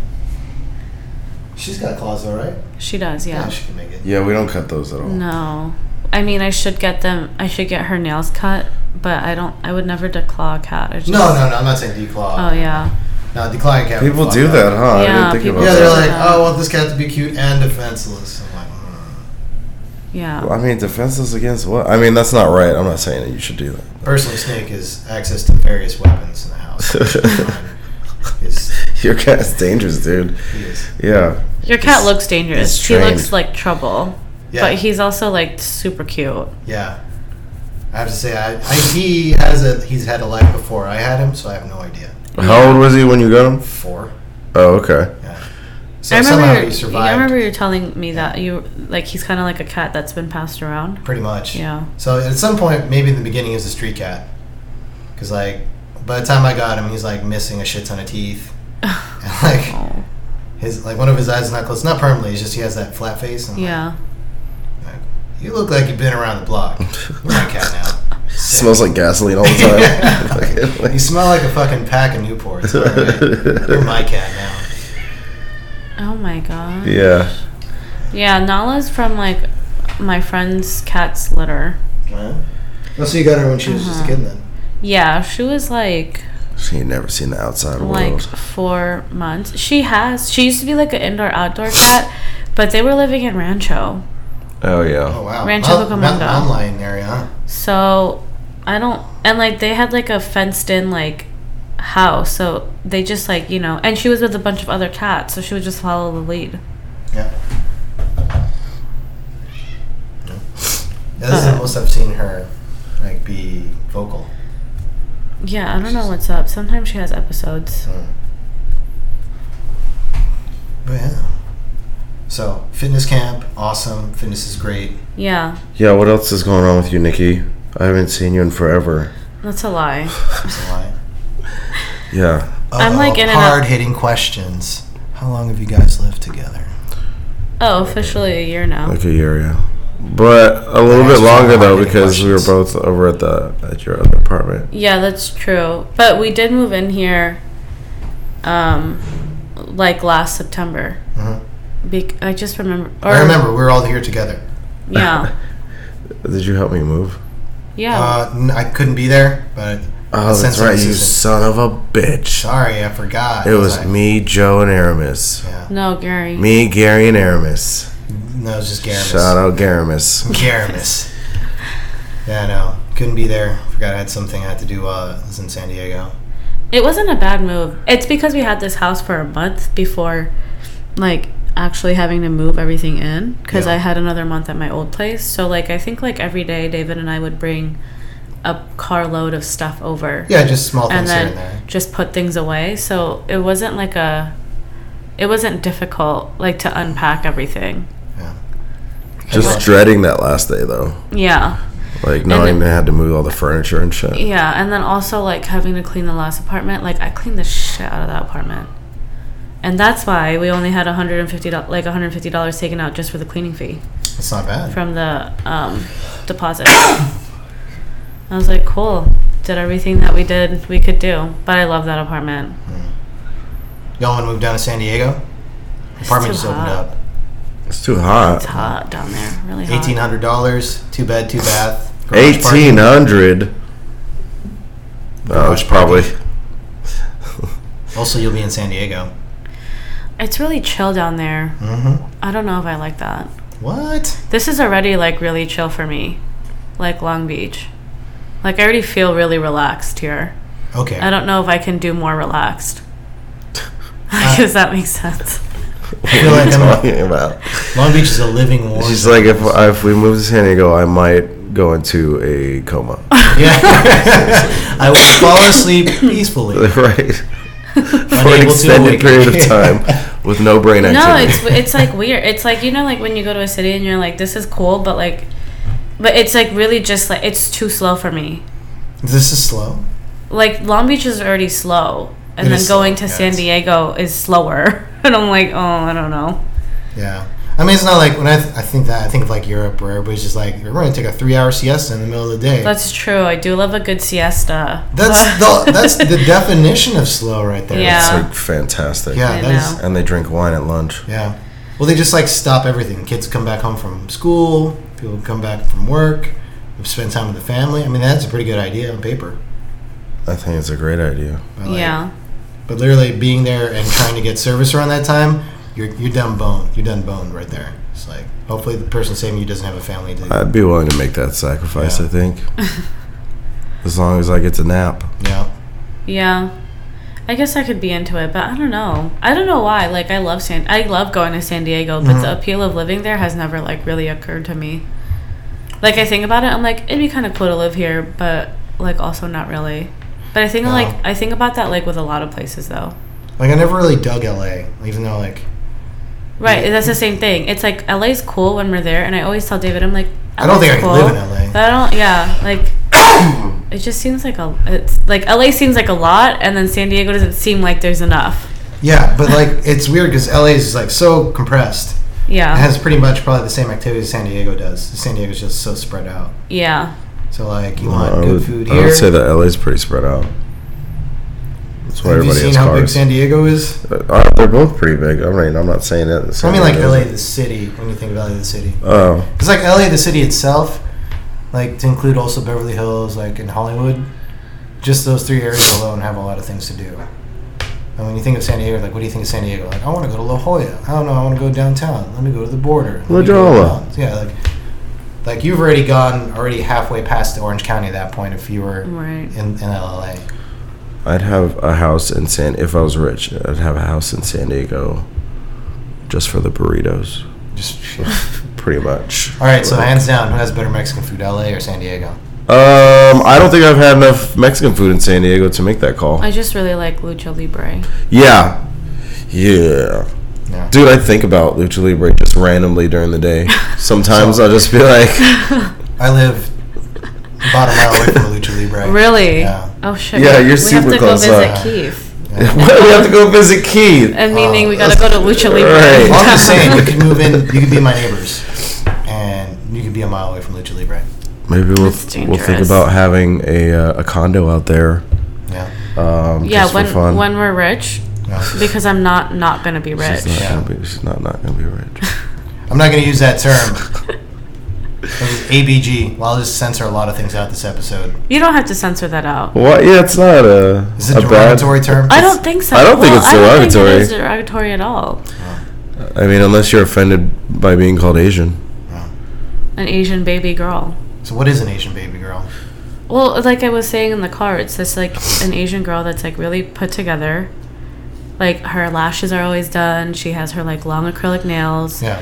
S2: She's got claws though, right?
S3: she does yeah,
S2: she can make it.
S1: Yeah, we don't cut those at all.
S3: no i mean i should get them i should get her nails cut but i don't i would never declaw a cat I just,
S2: No, no, no. I'm not saying declaw.
S3: oh yeah
S2: No, declawing cat. would
S1: People
S2: fuck
S1: do
S2: up.
S1: that, huh? I
S3: Yeah,
S1: didn't think
S3: people
S1: about
S2: Yeah, "Oh,
S3: do
S2: they're
S1: that.
S2: like,
S3: Yeah.
S2: oh, I want this cat to be cute and defenseless. I'm like, mm.
S3: Yeah.
S1: I mean, defenseless against what? I mean, that's not right. I'm not saying that you should do that. (laughs)
S2: Personally, Snake is access to various weapons in the house. is,
S1: Your cat's dangerous, dude.
S2: he is.
S1: Yeah.
S3: Your cat looks dangerous.
S1: he's
S3: He looks
S1: trained.
S3: like trouble.
S2: Yeah.
S3: But he's also like super cute.
S2: Yeah. I have to say, I, I, he has a he's had a life before I had him, so I have no idea.
S1: How old was he when you got him?
S2: Four.
S1: Oh, okay.
S2: Yeah. So
S3: I
S2: somehow
S3: remember.
S2: he
S3: you- I
S2: survived.
S3: remember you telling me that you like he's kind of like a cat that's been passed around.
S2: Pretty much.
S3: Yeah.
S2: So at some point, maybe in the beginning, he was a street cat. Because, like, by the time I got him, he's, like, missing a shit ton of teeth. (laughs) and, (laughs) like,
S3: Oh.
S2: his, like, one of his eyes is not closed. Not permanently, it's just he has that flat face. And,
S3: Yeah.
S2: Like, you look like you've been around the block. You're my
S3: (laughs)
S2: cat now. Sick.
S1: (laughs) Smells like gasoline all
S2: (laughs)
S1: the time. (laughs)
S2: You smell like a fucking pack of Newports. alright? You're my cat now.
S3: Oh my god.
S1: yeah.
S3: Yeah, Nala's from like my friend's cat's litter.
S2: Well, so you got her when she was
S3: Uh-huh.
S2: just a kid then.
S3: Yeah, she was like
S1: She ain't never seen the outside
S3: like
S1: world.
S3: four months. She has. She used to be like an indoor outdoor cat, but they were living in Rancho,
S1: Oh,
S2: Oh
S1: yeah.
S2: wow,
S3: Rancho
S2: Mount,
S3: Cucamonga.
S2: Mount, Mount Lion area. Huh?
S3: so I don't. And like they had like a fenced in like house, so they just like you know. And she was with a bunch of other cats, so she would just follow the lead.
S2: Yeah. Yeah. This is the most I've seen her like be vocal.
S3: Yeah, I don't know what's up. Sometimes she has episodes.
S2: So. But yeah. So fitness camp, awesome. Fitness is great.
S3: Yeah,
S1: Yeah, what else is going on with you, Nikki? I haven't seen you in forever.
S3: that's
S2: (laughs)
S3: a lie.
S2: It's a lie.
S1: Yeah.
S3: I'm, like, in and out-
S2: hard hitting questions. How long have you guys lived together?
S3: Oh, officially a year now.
S1: Like a year, yeah. But a little bit
S2: Actually,
S1: longer
S2: I'm
S1: though
S2: getting
S1: because we were
S2: questions.
S1: both over at the at your other apartment.
S3: Yeah, that's true. But we did move in here, um, like last September.
S2: Mhm.
S3: Bec- I just remember. Mm-hmm. Or,
S2: I remember we were all here together. (laughs)
S3: Yeah,
S1: Did you help me move?
S3: yeah.
S2: Uh, n- I couldn't be there, but
S1: Oh,
S2: Since
S1: that's right,
S2: this
S1: you
S2: isn't-
S1: son of a bitch.
S2: sorry, I forgot.
S1: It was
S2: like-
S1: me, Joe, and Aramis.
S2: Yeah.
S3: no, Gary.
S1: Me, Gary, and Aramis.
S2: No, it was just Garamus.
S1: Shout out
S3: (laughs)
S1: Garamis.
S2: Garamus. yeah, no. Couldn't be there. Forgot I had something I had to do while I was in San Diego.
S3: It wasn't a bad move. It's because we had this house for a month before, like actually having to move everything in because
S2: Yeah.
S3: I had another month at my old place. So like I think like every day David and I would bring a carload of stuff over.
S2: Yeah, just small
S3: and
S2: things here and there.
S3: then just put things away. So it wasn't like a, it wasn't difficult like to unpack everything.
S2: Yeah.
S1: Just dreading that last day though,
S3: Yeah,
S1: like knowing they
S3: then-
S1: had to move all the furniture and shit.
S3: yeah, and then also like having to clean the last apartment. Like I cleaned the shit out of that apartment, and that's why we only had 150 dollars like 150 dollars taken out just for the cleaning fee
S2: It's not bad.
S3: from the um, deposit. I was like, cool. Did everything that we did we could do, but I love that apartment.
S2: Y'all want to move down to San Diego? Apartment
S3: too
S2: just opened
S3: hot.
S2: up.
S1: It's too hot.
S3: It's hot down there, really hot.
S2: Eighteen hundred dollars. Two bed, two bath. garage parking.
S1: Eighteen hundred. Oh,
S2: Garage
S1: it's probably.
S2: Also, you'll be in San Diego.
S3: It's really chill down there.
S2: Mm-hmm.
S3: I don't know if I like that.
S2: What?
S3: This is already like really chill for me, like Long Beach. Like I already feel really relaxed here.
S2: Okay.
S3: I don't know if I can do more relaxed. (laughs)
S2: Uh,
S3: Does that make sense?
S1: What
S2: feel
S1: are
S2: like
S1: you
S2: I'm a-
S1: talking about?
S2: Long Beach is a living war.
S1: She's
S2: zone.
S1: like, if
S2: (laughs)
S1: if we move to San Diego, I might go into a
S2: (laughs)
S1: coma. (laughs)
S2: yeah. I will fall asleep
S1: (laughs)
S2: peacefully.
S1: right. For an
S2: Unable to
S1: extended
S2: awake.
S1: period of time with no brain
S3: No,
S1: activity.
S3: it's it's like weird. It's like you know, like when you go to a city and you're like, this is cool, but like, but it's like really just like it's too slow for me.
S2: (laughs) This is slow.
S3: Like Long Beach is already slow, and
S2: It
S3: then
S2: is
S3: going
S2: slow,
S3: to
S2: yeah,
S3: San
S2: it's-
S3: Diego is slower. (laughs) And I'm like, oh, I don't know.
S2: Yeah. I mean, it's not like when I, th- I think that I think of like Europe where everybody's just like we're going to take a three-hour siesta in the middle of the day.
S3: That's true. I do love a good siesta. (laughs)
S2: that's the that's the definition of slow right there.
S3: Yeah.
S1: It's like fantastic.
S2: yeah,
S3: I
S2: that is-
S3: know.
S1: And they drink wine at lunch.
S2: yeah. Well, they just like stop everything. Kids come back home from school. People come back from work. Spend time with the family. I mean, that's a pretty good idea on paper.
S1: I think it's a great idea.
S2: But, like,
S3: yeah.
S2: But literally being there and trying to get service around that time, you're you're done bone. You're done boned right there. It's like Hopefully, the person saving you doesn't have a family. To,
S1: I'd be willing to make that sacrifice.
S2: Yeah.
S1: I
S2: (laughs)
S1: think, as long as I get to nap.
S2: yeah.
S3: Yeah. I guess I could be into it, but I don't know. I don't know why. Like I love San I love going to San Diego,
S2: Mm-hmm.
S3: but the appeal of living there has never like really occurred to me. Like I think about it, I'm like, it'd be kinda cool to live here, but like also not really. But I think
S2: No.
S3: like I think about that like with a lot of places though.
S2: Like I never really dug LA, even though like
S3: Right, that's the same thing. It's like LA's cool when we're there and I always tell David I'm like
S2: I don't think I
S3: LA's
S2: could live in LA.
S3: But I don't yeah,
S2: (coughs)
S3: like it just seems like a it's like LA seems like a lot and then San Diego doesn't seem like there's enough.
S2: Yeah, but like it's weird because LA is like so compressed.
S3: Yeah.
S2: It has pretty much probably the same activity as San Diego does. San Diego's just so spread out.
S3: Yeah.
S2: So like you
S1: I
S2: want
S1: would-
S2: good food
S1: I
S2: here.
S1: would say that LA's pretty spread out. That's why
S2: Have you
S1: everybody
S2: seen
S1: has
S2: how big
S1: cars.
S2: San Diego is?
S1: Uh, they're both pretty big. I mean, I'm not saying that.
S2: I mean like LA the city when you think of LA the city.
S1: Oh,
S2: Because like LA the city itself, like to include also Beverly Hills, like in Hollywood, just those three areas alone have a lot of things to do. And when you think of San Diego, like what do you think of San Diego? Like I want to go to La Jolla. I don't know. I want to go downtown. Let me go to the border. Let
S1: La
S2: me go to the
S1: Jolla.
S2: mountains. Yeah, like like you've already gone already halfway past the Orange County at that point if you were
S3: Right.
S2: in, in LA.
S1: I'd have a house in San. If I was rich, I'd have a house in San Diego, just for the burritos.
S2: Just (laughs)
S1: Pretty much.
S2: all right. So hands down, who has better Mexican food, LA or San Diego?
S1: Um, I don't think I've had enough Mexican food in San Diego to make that call.
S3: (laughs) I just really like Lucha Libre.
S1: Yeah, yeah.
S2: Yeah.
S1: Dude, I think about Lucha Libre just randomly during the
S3: (laughs)
S1: day. Sometimes I'll just be like,
S2: (laughs) I live about a mile away from the Lucha Libre.
S3: Really?
S2: Yeah.
S3: Oh shit.
S1: Yeah, you're
S3: we
S1: super
S3: have to
S1: close
S3: go visit
S1: up.
S3: Keith.
S1: "Why do (laughs) we have to go visit Keith?"
S3: And meaning we gotta
S2: that's-
S3: go to Lucha
S1: (laughs)
S3: Libre.
S1: Right.
S2: Well, Uh, I'm just saying,
S3: (laughs)
S2: you could move in, you could be my neighbors, and you could be a mile away from Lucha Libre.
S1: Maybe we'll
S3: That's
S1: we'll think
S3: dangerous.
S1: about having a uh, a condo out there.
S2: Yeah.
S1: Um,
S3: yeah,
S1: just
S3: when
S1: for fun.
S3: when we're rich,
S2: yeah.
S3: because I'm not not gonna be
S1: she's not
S3: rich.
S2: Yeah.
S1: gonna be she's not not gonna be rich.
S2: I'm not going to use that term. It was ABG. Well, I'll just censor a lot of things out this episode.
S3: (laughs) You don't have to censor that out.
S1: Well, yeah, it's not a
S2: Is it
S1: a
S2: a
S1: bad.
S2: derogatory term?
S3: I don't think so.
S1: I don't think
S3: Well,
S1: it's
S3: I don't think
S1: derogatory.
S3: it is derogatory at all.
S1: I mean, unless you're offended by being called Asian.
S2: Yeah.
S3: An Asian baby girl.
S2: So, what is an Asian baby girl?
S3: Well, like I was saying in the car, it's this like an Asian girl that's like really put together. Like her lashes are always done. She has her like long acrylic nails.
S2: Yeah.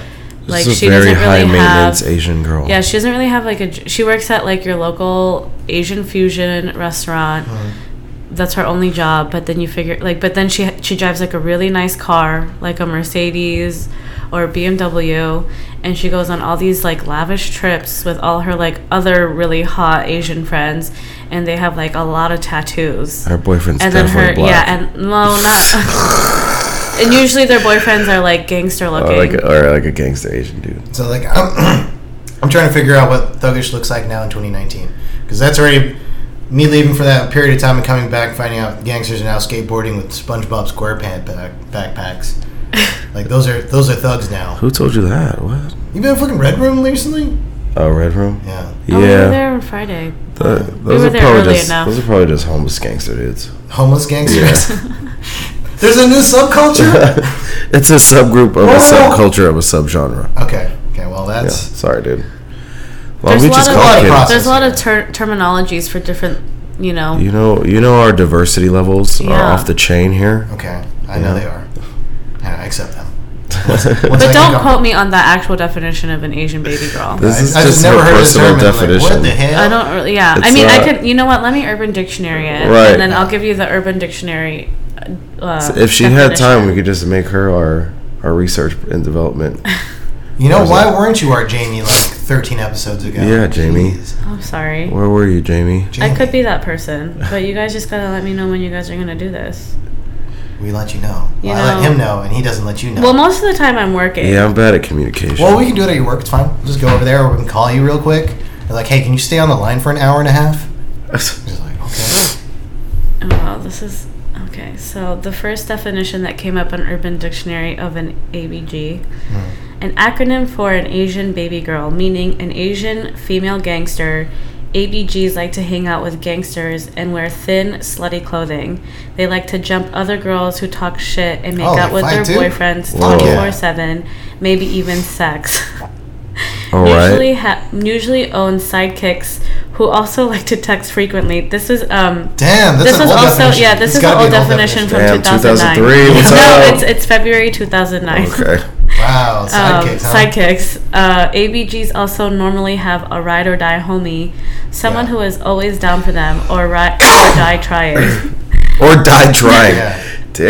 S3: Like
S1: this is
S3: she
S1: a very
S3: doesn't
S1: high
S3: really
S1: maintenance
S3: have
S1: Asian girl.
S3: Yeah, she doesn't really have like a. j- She works at like your local Asian fusion restaurant.
S2: Mm-hmm.
S3: That's her only job. But then you figure like, but then she she drives like a really nice car, like a Mercedes or a BMW, and she goes on all these like lavish trips with all her like other really hot Asian friends, and they have like a lot of tattoos
S1: her boyfriend's
S3: and then
S1: definitely
S3: her
S1: black.
S3: yeah and no not. (laughs) And usually their boyfriends are like gangster
S1: or
S3: looking.
S1: Oh, like uh, a, or like a gangster Asian dude.
S2: So, like, (clears throat) I'm, I'm trying to figure out what thuggish looks like now in 2019. Because that's already me leaving for that period of time and coming back, finding out gangsters are now skateboarding with SpongeBob SquarePants back,
S3: (laughs)
S2: backpacks. Like, those are those are thugs now.
S1: Who told you that? What?
S2: You been in fucking Red Room recently?
S1: Oh, Red Room.
S2: Yeah.
S3: oh, we were
S1: yeah.
S3: there on Friday.
S1: Th- those
S3: were
S1: are
S3: there
S1: probably
S3: early
S1: just
S3: enough.
S1: those are probably just homeless gangster dudes.
S2: Homeless gangsters. (laughs) There's a new subculture.
S1: (laughs) it's a subgroup of
S2: Whoa.
S1: a subculture of a subgenre.
S2: okay. Okay. Well,
S1: Yeah,
S2: that's
S1: sorry, dude. Long
S3: There's a
S1: Beach is
S3: lot of-
S2: Process.
S1: complicated.
S3: There's a lot of ter- terminologies for different, you know.
S1: You know, you know our diversity levels are
S3: Yeah.
S1: off the chain here.
S2: okay. I know they are. Yeah, I accept them.
S1: (laughs) this
S3: but
S2: I
S3: don't
S2: think I'm-
S3: quote me on the actual definition of an Asian baby girl.
S2: I-
S1: is
S2: I've
S1: just
S2: never
S1: her
S2: heard this
S1: personal
S2: term. and I'm like,
S1: definition.
S2: what the hell?
S3: I don't really. Yeah, I
S1: It's
S3: mean, I
S1: not-
S3: could. You know what? Let me Urban Dictionary it,
S1: Right.
S3: and then I'll give you the Urban Dictionary. Uh,
S1: if she had time, we
S3: definition.
S1: could just make her our our research and development.
S3: (laughs)
S2: You know
S1: Where's
S2: why
S1: it?
S2: weren't you our Jamie like 13 episodes ago?
S1: Yeah, Jamie.
S2: Jeez.
S3: I'm sorry.
S1: Where were you, Jamie?
S2: Jamie,
S3: I could be that person, but you guys just gotta let me know when you guys are gonna do this.
S2: We let you know.
S3: You
S2: well, I let
S3: know.
S2: him know, and he doesn't let you know.
S3: Well, most of the time I'm working.
S1: Yeah, I'm bad at communication.
S2: well,
S1: (laughs)
S2: we can do it at your work. It's fine. We'll just go over there, or we can call you real quick. They're like, hey, can you stay on the line for an hour and a half? He's like, okay.
S3: Oh, wow, this is okay. So the first definition that came up on Urban Dictionary of an ABG, an acronym for an Asian baby girl, meaning an Asian female gangster. ABGs like to hang out with gangsters and wear thin, slutty clothing. They like to jump other girls who talk shit and make
S2: Oh,
S3: out with
S2: like
S3: their
S2: fight, too?
S3: boyfriends
S1: Fuck yeah.
S3: 24 7, maybe even sex.
S1: (laughs) All right.
S3: usually ha- usually own sidekicks who also (laughs) like to text frequently. This is um
S2: Damn, that's
S3: this
S2: an
S3: was
S2: old
S3: also
S2: definition.
S3: yeah this
S2: It's
S3: is
S2: gotta
S3: an
S2: be
S3: old definition,
S1: definition.
S3: from
S1: Damn,
S3: 2009.
S1: 2003, what's
S3: no,
S1: up?
S3: it's it's February 2009. (laughs)
S1: Okay.
S2: Wow,
S3: Um,
S2: sidekicks. huh?
S3: sidekicks. Uh, ABGs also normally have a ride or die homie, someone
S2: Yeah.
S3: who is always down for them, or ride or die (coughs) trying.
S1: Or die trying.
S2: Yeah.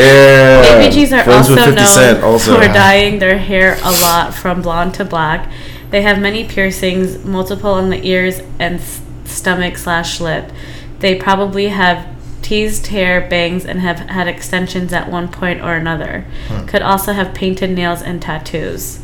S1: Damn.
S3: ABGs are
S1: Uh, Friends
S3: also
S1: with 50
S3: known
S1: Cent also.
S3: for dyeing their hair a lot from blonde to black. They have many piercings, multiple on the ears and s- stomach slash lip. They probably have teased hair, bangs, and have had extensions at one point or another.
S1: Hmm.
S3: Could also have painted nails and tattoos.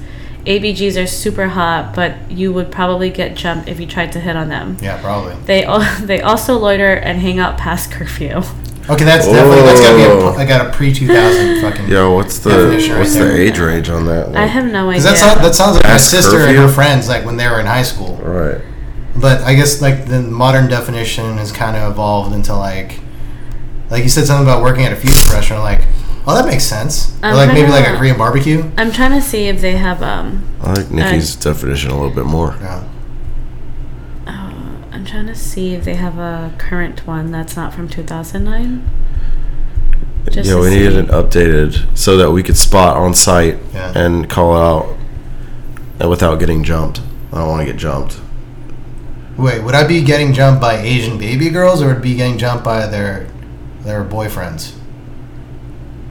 S3: ABGs are super hot, but you would probably get jumped if you tried to hit on them.
S2: Yeah, probably.
S3: They al- (laughs) they also loiter and hang out past curfew.
S2: Okay, that's definitely that's gotta be.
S1: Oh.
S2: A, I got a pre two
S3: (laughs)
S2: thousand fucking.
S1: Yo, what's the
S2: Definition right
S1: what's the
S2: there.
S1: age range on that one?
S3: I have no
S2: Because
S3: idea.
S2: that sounds that sounds like my
S1: Ask
S2: sister and
S1: curfew?
S2: her friends like when they were in high school.
S1: All right.
S2: But I guess like the modern definition has kind of evolved into like, like you said something about working at a fusion restaurant. Like, oh, that makes sense. Or
S3: I'm
S2: like maybe like a
S3: gonna-
S2: Korean barbecue.
S3: I'm trying to see if they have um.
S1: I like Nikki's definition a little bit more.
S2: Yeah.
S3: Uh, I'm trying to see if they have a current one that's not from 2009. Just
S1: yeah,
S3: to
S1: we needed
S3: see.
S1: an updated so that we could spot on site
S2: Yeah.
S1: and call out and without getting jumped. I don't want to get jumped.
S2: Wait, would I be getting jumped by Asian baby girls, or would I be getting jumped by their their boyfriends?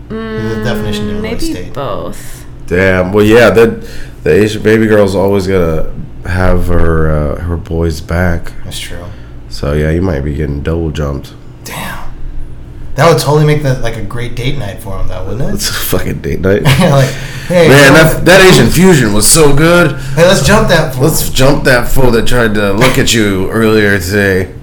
S2: the definition didn't really
S3: Mm, Maybe
S2: state.
S3: both.
S1: Damn. Well, yeah. That the Asian baby girl's always gonna have her uh, her boys back.
S2: That's true.
S1: So yeah, you might be getting double jumped.
S2: Damn. That would totally make that like a great date night for them, though, wouldn't
S1: It's
S2: it? (laughs)
S1: a fucking date night.
S2: like, hey,
S1: Man,
S2: you know,
S1: that, that Asian fusion was so good.
S2: hey, let's jump that. fool.
S1: Let's jump that fool that tried to look at you earlier today.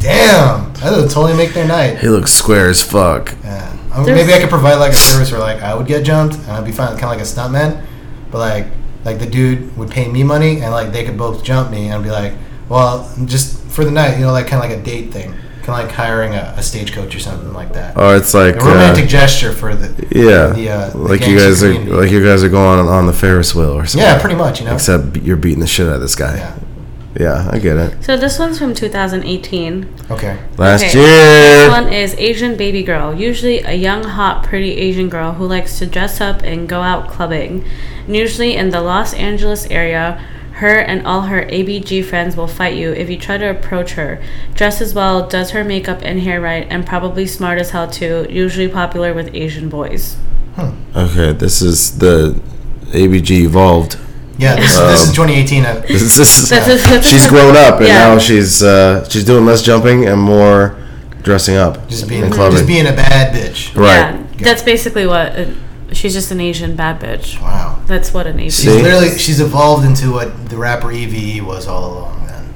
S2: Damn, that would totally make their night.
S1: He looks square as fuck.
S2: Yeah. I mean,
S3: There's-
S2: maybe I could provide like a service where like I would get jumped and I'd be fine, kind of like a stuntman, but like like the dude would pay me money and like they could both jump me and I'd be like, well, just for the night, you know, like kind of like a date thing, kind of like hiring a, a stagecoach or something like that.
S1: Or it's like
S2: a romantic
S1: uh,
S2: gesture for the
S1: yeah,
S2: the, uh, the
S1: like you
S2: gangster
S1: guys are
S2: community.
S1: like you guys are going on, the Ferris wheel or something.
S2: yeah, pretty much, you know.
S1: Except be- you're beating the shit out of this guy.
S2: Yeah.
S1: Yeah, I get it.
S3: So this one's from 2018.
S2: Okay.
S1: Last
S3: Okay.
S1: year,
S3: This one is Asian baby girl, usually a young, hot, pretty Asian girl who likes to dress up and go out clubbing. Usually in the Los Angeles area, her and all her ABG friends will fight you if you try to approach her. Dresses well, does her makeup and hair right, and probably smart as hell too, usually popular with Asian boys.
S1: okay, this is the ABG evolved. (laughs)
S2: Yeah. This, this is 2018. Uh,
S1: Um, This is, this is-
S3: That's a- that's a-
S1: she's grown up and
S3: Yeah.
S1: now she's uh, she's doing less jumping and more dressing up
S2: just being
S1: and clubbing.
S2: just being a bad bitch.
S1: right.
S3: Yeah, that's basically what. uh she's just an Asian bad bitch.
S2: Wow.
S3: That's what an
S2: She's
S1: See?
S3: Asian.
S2: literally she's evolved into what the rapper Eve was all along. Then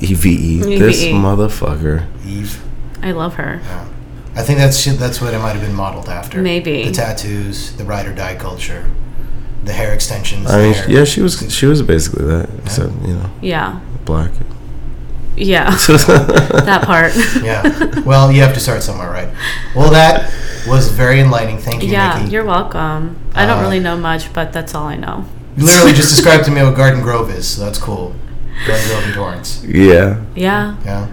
S3: E
S1: EVE. E This
S3: EVE.
S1: motherfucker.
S2: Eve.
S3: I love her.
S2: Yeah. I think that's shit- that's what it might have been modeled after.
S3: Maybe.
S2: the tattoos, the ride or die culture, the hair extensions.
S1: I mean,
S2: the hair.
S1: yeah, she was she was basically that, except you know,
S3: Yeah.
S1: black.
S2: (laughs)
S3: Yeah. (laughs) that part. (laughs)
S2: yeah. Well, you have to start somewhere, right? Well, that was very enlightening. Thank you,
S3: Yeah,
S2: Nikki.
S3: you're welcome. I don't
S2: Uh,
S3: really know much, but that's all I know.
S2: You literally just described to me what Garden Grove is, so that's cool. Garden Grove and Torrance.
S1: (laughs) yeah,
S3: Yeah,
S2: Yeah.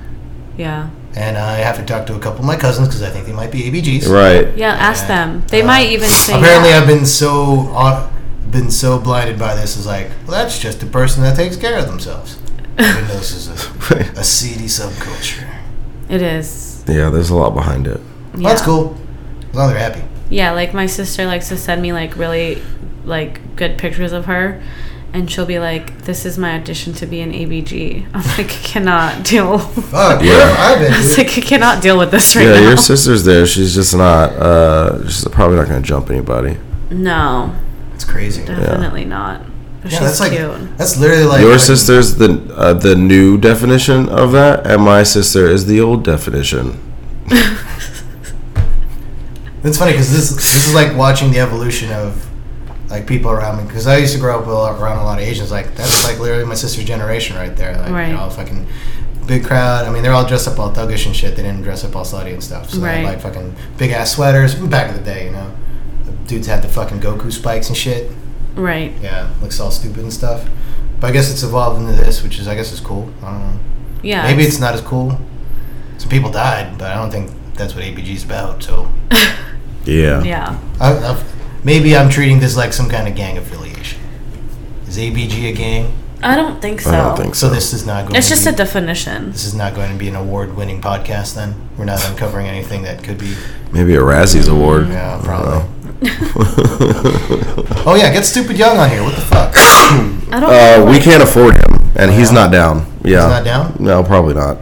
S3: yeah,
S2: And I have to talk to a couple of my cousins because I think they might be ABGs.
S1: right. (laughs)
S3: yeah. Ask
S2: Uh,
S3: them. They
S2: uh,
S3: might even say.
S2: Apparently,
S3: yeah.
S2: I've been so au- been so blinded by this. Is like, well, that's just a person that takes care of
S3: (laughs)
S2: themselves. Even though this is a, a seedy subculture.
S3: it is.
S1: yeah, there's a lot behind it.
S3: Yeah.
S2: Well, that's cool. As long as they're happy.
S3: Yeah, like my sister likes to send me like really, like good pictures of her, and she'll be like, "This is my audition to be an ABG." (laughs) I'm like, I cannot deal. (laughs)
S2: Fuck,
S1: Yeah.
S2: where have I been?
S3: I was
S2: dude?
S3: like, I cannot deal with this right
S1: yeah,
S3: now.
S1: your sister's there. She's just not. Uh, she's probably not gonna jump anybody.
S3: no,
S2: It's crazy. Yeah,
S3: definitely not. But she's
S2: that's like
S3: cute. (laughs)
S2: that's literally like
S1: Your
S2: like-
S1: sister's the uh, the new definition of that, and my sister is the old definition.
S2: It's funny because this this is like watching the evolution of like people around me. Because I used to grow up a lot, around a lot of Asians. Like that's like literally my sister's generation right there. Like
S3: Right.
S2: you know, fucking big crowd. I mean, they're all dressed up all thuggish and shit. They didn't dress up all slutty and stuff. So they
S3: Right.
S2: had, like fucking big ass sweaters. Back in the day, you know, the dudes had the fucking Goku spikes and shit.
S3: Right.
S2: Yeah, looks all stupid and stuff. But I guess it's evolved into this, which is I guess is cool. I don't know.
S3: Yeah.
S2: Maybe it's not as cool. Some people died, but I don't think that's what APG's about. So
S1: Yeah.
S3: Yeah.
S2: I, I've, maybe I'm treating this like some kind of gang affiliation. Is ABG a gang?
S3: I don't think so.
S1: I don't think
S2: So,
S1: so.
S2: this is not going.
S3: It's
S2: to
S3: just
S2: be,
S3: a
S1: (laughs)
S3: definition.
S2: this is not going to be an award-winning podcast. Then we're not uncovering anything that could be.
S1: Maybe a Razzies award.
S2: Yeah,
S1: I don't
S2: probably.
S1: know.
S2: Oh yeah, get stupid young on here. What the fuck? He's
S3: I
S1: (laughs)
S3: don't
S1: uh, we can't afford him, and he's
S2: Oh, Yeah.
S1: not down. Yeah.
S2: not down.
S1: No, probably not.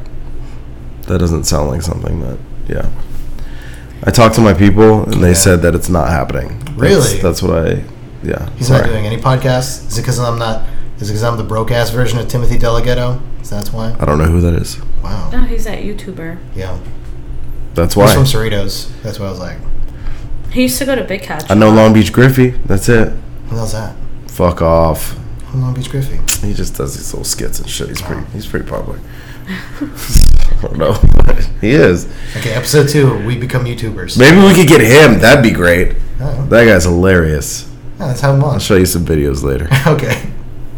S1: That doesn't sound like something that. Yeah. I talked to my people, and they
S2: Yeah.
S1: said that it's not happening. That's-
S2: Really?
S1: That's, what I. Yeah.
S2: He's
S1: sorry.
S2: not doing any podcasts. Is it because I'm not? Is it because I'm the broke ass version of Timothy Delgado? Is that why?
S1: I don't know who that is.
S2: Wow.
S3: No, Oh, he's that YouTuber.
S2: Yeah.
S1: That's
S2: He's from
S1: why.
S2: Cerritos. That's what I was like.
S3: He used to go to Big Catch.
S1: I know Long Beach Griffey. That's it.
S2: Who the hell's that?
S1: Fuck off.
S2: From Long Beach Griffey.
S1: He just does these little skits and shit. He's pretty. He's pretty popular. (laughs) I don't know. (laughs) he is.
S2: Okay, episode two. We become YouTubers.
S1: Maybe we could get him. That'd be great.
S2: Oh,
S1: That guy's hilarious.
S2: yeah, let's have him on.
S1: I'll show you some videos later.
S2: (laughs) Okay.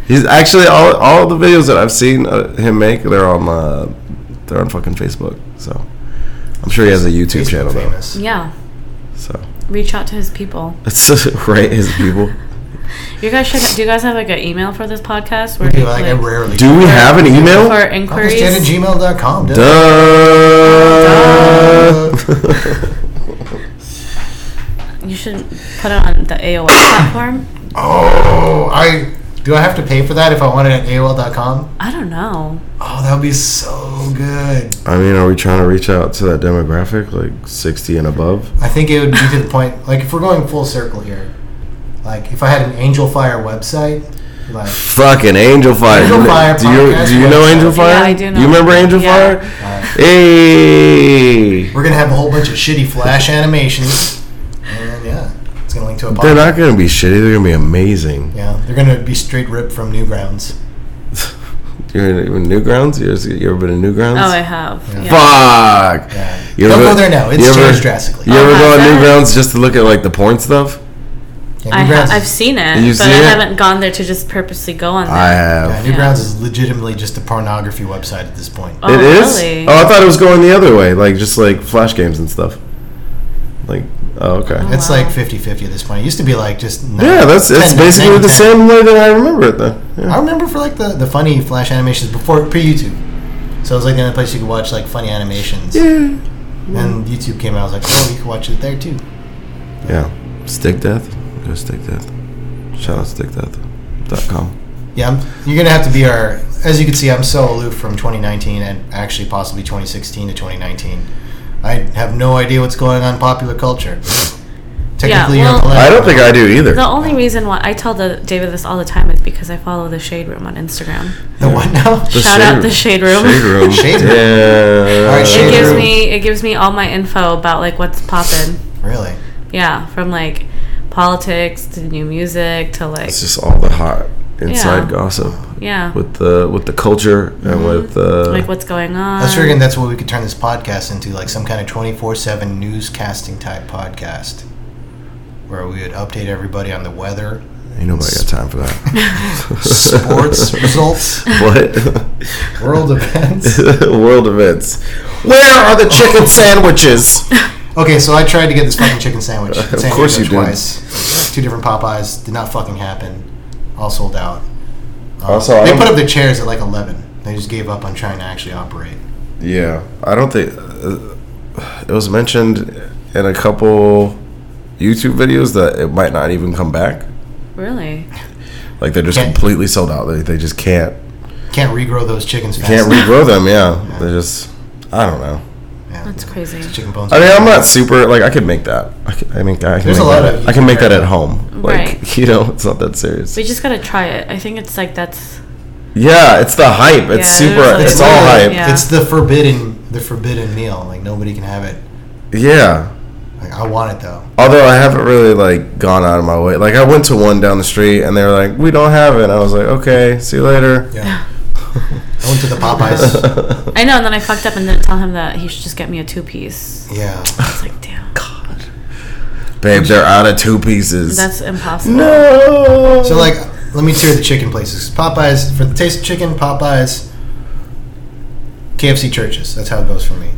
S1: He's actually all all the videos that I've seen uh, him make. They're on uh, they're on fucking Facebook. So I'm sure he has a YouTube
S2: Facebook
S1: channel though.
S2: famous.
S3: Yeah.
S1: So (laughs)
S3: Reach out to his people.
S1: that's right. His people.
S3: You guys should. Do you guys have like an email for this podcast?
S2: We
S3: Where
S2: do,
S3: you,
S2: like, I rarely
S1: Do we have an
S3: for
S1: email?
S2: Uncle's
S3: inquiries?
S2: Jen at gmail.com. Duh.
S1: Duh.
S3: You should put it on the AOL platform.
S2: Oh, I do. I have to pay for that if I want it at AOL.com.
S3: I don't know.
S2: Oh, that would be so good.
S1: I mean, are we trying to reach out to that demographic, like 60 and above?
S2: I think it would be to the point. Like, if we're going full circle here, like if I had an Angel Fire website, like
S1: Fucking Angel Fire.
S2: Angel Fire
S1: Do you
S2: podcast
S1: do you know
S2: website.
S1: Angel Fire?
S3: Yeah, I do know.
S1: You remember Angel
S3: Yeah.
S1: Fire?
S2: uh,
S1: Hey.
S2: we're gonna have a whole bunch of shitty Flash animations, and yeah, it's gonna link to a
S1: They're
S2: podcast.
S1: not gonna be shitty. They're gonna be amazing.
S2: Yeah, they're gonna be straight ripped from Newgrounds.
S1: You're in Newgrounds. You ever, you ever been to Newgrounds?
S3: Oh, I have.
S2: Yeah.
S3: Yeah.
S1: Fuck.
S2: Yeah.
S1: You
S2: Don't
S1: ever-
S2: go there now. It's
S1: you ever-
S2: changed drastically.
S1: You
S3: Oh,
S1: ever go on
S3: how's that?
S1: Newgrounds just to look at like the porn stuff?
S2: Yeah,
S3: I
S2: Newgrounds
S3: ha- I've
S2: is-
S3: seen it,
S1: You've
S3: but
S1: seen
S3: I
S1: it?
S3: haven't gone there to just purposely go on there.
S1: I
S2: Yeah,
S1: have.
S2: Newgrounds is legitimately just a pornography website at this point.
S3: Oh,
S1: it is.
S3: really?
S1: Oh, I thought it was going the other way, like just like flash games and stuff. Like, oh, okay.
S3: Oh.
S2: It's
S3: wow.
S2: like 50-50 at this point. It used to be like just nine-
S1: Yeah, that's it's
S2: 10,
S1: basically
S2: 10,
S1: the
S2: 10.
S1: same way that I remember it then.
S2: I
S1: Yeah.
S2: remember for like the, the funny Flash animations before pre YouTube. So it was like the only place you could watch like funny animations. And YouTube came out. I was like, oh, you can watch it there too.
S1: Yeah. Stick death. Go stick death. Shout out stickdeath.com.
S2: Yeah, I'm, you're gonna have to be our. As you can see, I'm so aloof from 2019 and actually possibly 2016 to 2019. I have no idea what's going on in popular culture. Technically, you're on
S3: well-
S2: the left.
S1: I don't think I do either.
S3: The only reason why I tell the David this all the time is because I follow the Shade Room on Instagram.
S2: the one now. (laughs)
S3: Shout out the Shade Room.
S1: Shade room.
S2: Shade Room.
S1: Yeah.
S2: All right, Shade Room.
S3: (laughs) It gives me it gives me all my info about like what's poppin'.
S2: Really?
S3: Yeah, from like politics to new music to like
S1: It's just all the hot inside
S3: Yeah.
S1: gossip
S3: yeah, Mm-hmm.
S1: with the with the culture and with uh, the
S3: like what's going on.
S2: That's figuring that's what we could turn this podcast into, like some kind of 24/7 newscasting type podcast, where we would update everybody on the weather,
S1: ain't nobody got time for that.
S2: (laughs) sports results,
S1: what?
S2: world events.
S1: (laughs) World events. Where are the chicken sandwiches?
S2: Okay, so I tried to get this fucking chicken
S1: (laughs)
S2: sandwich.
S1: Of
S2: San Diego
S1: course you did.
S2: twice. Two different Popeyes did not fucking happen. All sold out. Um,
S1: Also, I
S2: they
S1: don't-
S2: put up their chairs at like 11. They just gave up on trying to actually operate.
S1: Yeah, I don't think uh, it was mentioned in a couple YouTube videos that it might not even come back.
S3: really.
S1: Like they're just
S2: Can't-
S1: completely sold out. They, they just can't
S2: Can't regrow those chickens fast.
S1: can't regrow them. Yeah, they just I don't know.
S2: Yeah.
S3: That's crazy.
S2: Chicken bones.
S1: I mean, I'm not super like I could make that. I, could, I mean, I can make
S2: There's a lot
S1: that,
S2: of-
S1: I can make that at home. Like (laughs)
S3: Right.
S1: you know, it's not that serious.
S3: We just gotta try it. I think it's like that's
S1: Yeah, it's the hype. It's
S3: Yeah,
S1: super.
S3: there's, like,
S1: It's all hype.
S2: literally-
S1: Yeah.
S3: yeah.
S2: It's the forbidden, the forbidden meal. Like nobody can have it. Like, I want it though.
S1: Although I haven't really like gone out of my way. Like I went to one down the street and they were like, "We don't have it." And I was like, "Okay, see you later."
S3: (laughs)
S2: Yeah. I went to the Popeyes.
S1: (laughs) God.
S3: (sighs) I know. And then I fucked up and didn't tell him that he should just get me a two piece.
S2: Yeah.
S3: It's like
S1: (laughs)
S3: damn,
S1: Babe, they're out of two pieces.
S3: that's impossible.
S1: no.
S2: So like, Let me tier the chicken places. Popeyes for the taste of chicken. Popeyes, KFC, churches. That's how it goes for me.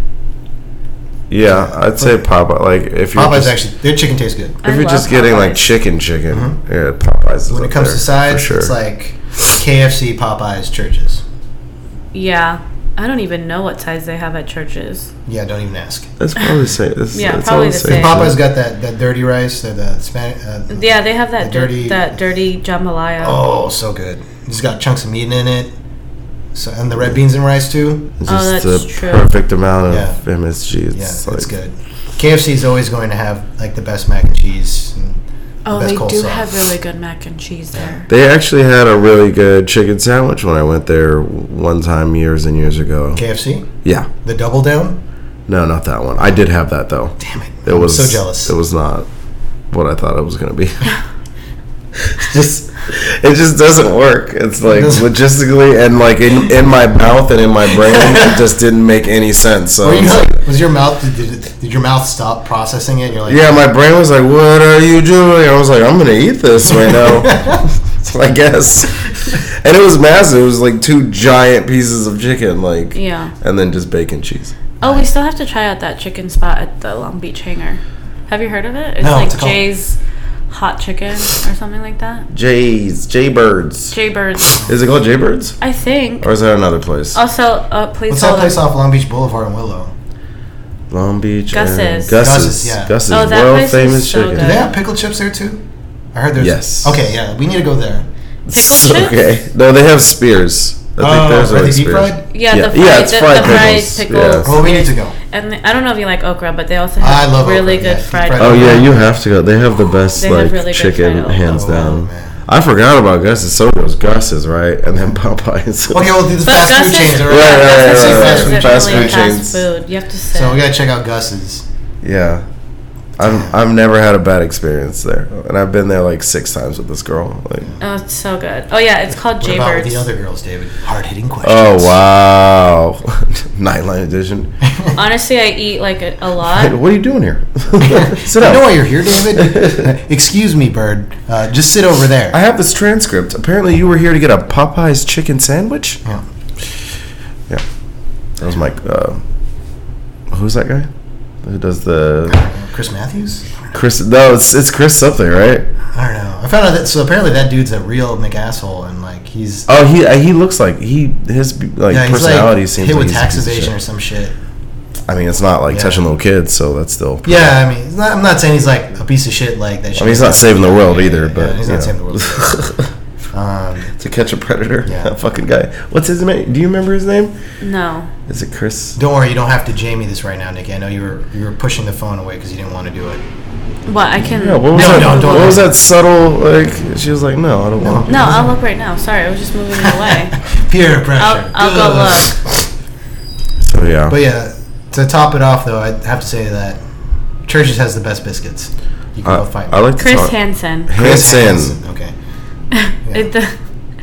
S1: Yeah, I'd say Popeye. Like if you're
S2: Popeyes
S1: just,
S2: actually, their chicken tastes good.
S1: if
S3: I
S1: you're
S3: love
S1: just getting like
S3: Popeyes.
S1: chicken, chicken, yeah, Popeyes. Is
S2: Mm-hmm. When it
S1: up
S2: comes
S1: there,
S2: to
S1: for
S2: sides,
S1: sure.
S2: it's like KFC, Popeyes, churches.
S3: Yeah. I don't even know what size they have at churches.
S2: Yeah, don't even ask.
S1: that's probably say that's,
S3: Yeah,
S1: that's
S3: probably
S1: all
S3: the
S1: same.
S3: same.
S2: Popeyes got that, that dirty rice, or the Spanish. Uh,
S3: Yeah, they have that
S2: The dirty-
S3: dirty, that dirty uh, jambalaya.
S2: Oh, so good. It's got chunks of meat in it. So and the red beans and rice too.
S1: It's
S3: Oh,
S1: just
S3: that's
S1: the
S3: true.
S1: perfect amount of
S2: Yeah.
S1: MSG. It's
S2: Yeah, it's
S1: like,
S2: good. KFC is always going to have like the best mac and cheese. And
S3: Oh,
S2: the best
S3: they
S2: coleslaw.
S3: do have really good mac and cheese there.
S1: They actually had a really good chicken sandwich when I went there one time years and years ago.
S2: KFC.
S1: Yeah,
S2: The double down.
S1: no, not that one. I did have that though.
S2: Damn it!
S1: It was
S2: so jealous.
S1: It was not what I thought it was
S3: (laughs)
S1: gonna be. (laughs) just it just doesn't work. It's like
S2: doesn't- (laughs)
S1: logistically and like in, in my mouth and in my brain,
S2: (laughs)
S1: it just didn't make any sense. So
S2: Were you
S1: it's like- (laughs)
S2: like, was your mouth did, did, did your mouth stop processing it? And you're like, (laughs)
S1: yeah, my brain was like, "What are you doing?" I was like, "I'm gonna eat this right
S2: (laughs)
S1: now." I guess, and it was massive. It was like two giant pieces of chicken, like
S3: Yeah.
S1: and then just bacon cheese.
S3: Oh, we still have to try out that chicken spot at the Long Beach Hangar. Have you heard of it? It's
S2: No,
S3: like
S2: what's it called?
S3: Jay's Hot Chicken or something like that.
S1: Jays, Jaybirds.
S3: Jay Birds,
S1: Is it called Jaybirds,
S3: I think.
S1: or is that another place?
S3: Also, uh, please
S2: What's that
S3: hold
S2: place off Long Beach Boulevard in Willow?
S1: Long Beach.
S3: Gus's.
S1: and- Gus's.
S2: Gus's,
S1: Gus's.
S2: yeah.
S3: Oh, that
S1: world
S3: place is
S1: famous
S3: so
S1: chicken.
S2: Do
S3: good.
S2: they have pickle chips there too? I heard there's.
S1: Yes.
S2: Okay, yeah, we need to go there.
S3: (laughs) Pickle chips?
S1: okay. No, they have spears. I
S2: Oh,
S1: there's
S2: are
S1: like
S2: they deep
S1: spears.
S2: fried?
S3: Yeah,
S1: Yeah.
S3: the fried,
S1: Yeah, it's
S3: the,
S1: fried
S3: the fried
S1: pickles,
S3: pickles.
S1: yeah.
S2: Oh, we need to go.
S3: And the- I don't know if you like okra, but they also
S2: I
S3: have
S2: love
S3: really
S2: okra, yeah.
S3: good fried.
S2: Fried
S1: Oh
S2: okra.
S1: yeah, you have to go. They have the best
S3: They have
S1: like
S3: really good
S1: chicken,
S3: fried
S1: hands
S2: Oh,
S1: down.
S2: man.
S1: I forgot about Gus's. So it was Gus's, right? And then (laughs) Popeyes.
S2: Okay, well, the
S3: But
S2: fast food
S3: Gus's-
S2: chains are
S1: Right, right, right,
S3: Gus's
S1: right,
S3: is
S1: right,
S2: fast food
S1: right.
S2: chains.
S3: definitely
S1: Fast food
S3: fast
S1: chains.
S3: food. You have to sit.
S2: So we gotta check out Gus's.
S1: Yeah. I've, I've never had a bad experience there, and I've been there like six times with this girl. Like,
S3: oh, it's so good. Oh yeah, it's called
S2: What about
S3: Jaybirds.
S2: the other girls, David? Hard hitting questions.
S1: oh
S2: (laughs)
S1: wow, (laughs) Nightline Edition.
S3: Honestly, I eat like a,
S1: (laughs)
S3: a
S1: Hey,
S3: lot.
S1: what are you doing
S2: (laughs)
S1: here? Sit
S2: You
S1: down.
S2: know why you're here, David? Excuse me, bird. Uh, just sit over
S1: (laughs)
S2: there.
S1: I have this transcript. Apparently, you were here to get a Popeyes chicken sandwich.
S2: Yeah.
S1: Yeah, that was my. Uh, who's that guy? Who does the
S2: Chris Matthews?
S1: Chris? No, it's it's Chris something, right?
S2: I don't know. I found out that so apparently that dude's a real McAsshole and like he's
S1: Oh, he uh, he looks like he his like
S2: yeah, he's like
S1: personality
S2: hit
S1: seems like
S2: with
S1: he's a
S2: tax
S1: piece of
S2: evasion or
S1: shit.
S2: some shit.
S1: I mean, it's not like
S2: Yeah.
S1: touching little kids, so that's still.
S2: Yeah, I mean, it's not, I'm not saying he's like a piece of shit like
S1: I
S2: that.
S1: mean, he's not saving the world either,
S2: yeah,
S1: but
S2: he's
S1: you know.
S2: not saving the world
S1: (laughs)
S2: Um,
S1: to catch a predator,
S2: Yeah.
S1: that fucking guy. What's his name? Do you remember his name?
S3: No,
S1: Is it Chris?
S2: don't worry, you don't have to Jamie this right now, Nikki. I know you were you were pushing the phone away because you didn't want to do it.
S3: what I can.
S1: Yeah, what was
S2: No,
S1: that?
S2: no, don't-
S1: what was that subtle? Like she was like, no, I don't want.
S3: No, I'll look right now. Sorry, I was just moving
S1: (laughs)
S3: it away.
S2: (laughs) Peer pressure.
S3: I'll, I'll go
S2: Ugh.
S3: look.
S1: So yeah,
S2: But yeah, to top it off though, I have to say that Churches has the best biscuits. You can
S1: I,
S2: go find
S1: Uh, I like to
S3: Chris
S1: talk-
S3: Hansen.
S1: Chris Hansen.
S2: Okay.
S3: It, the,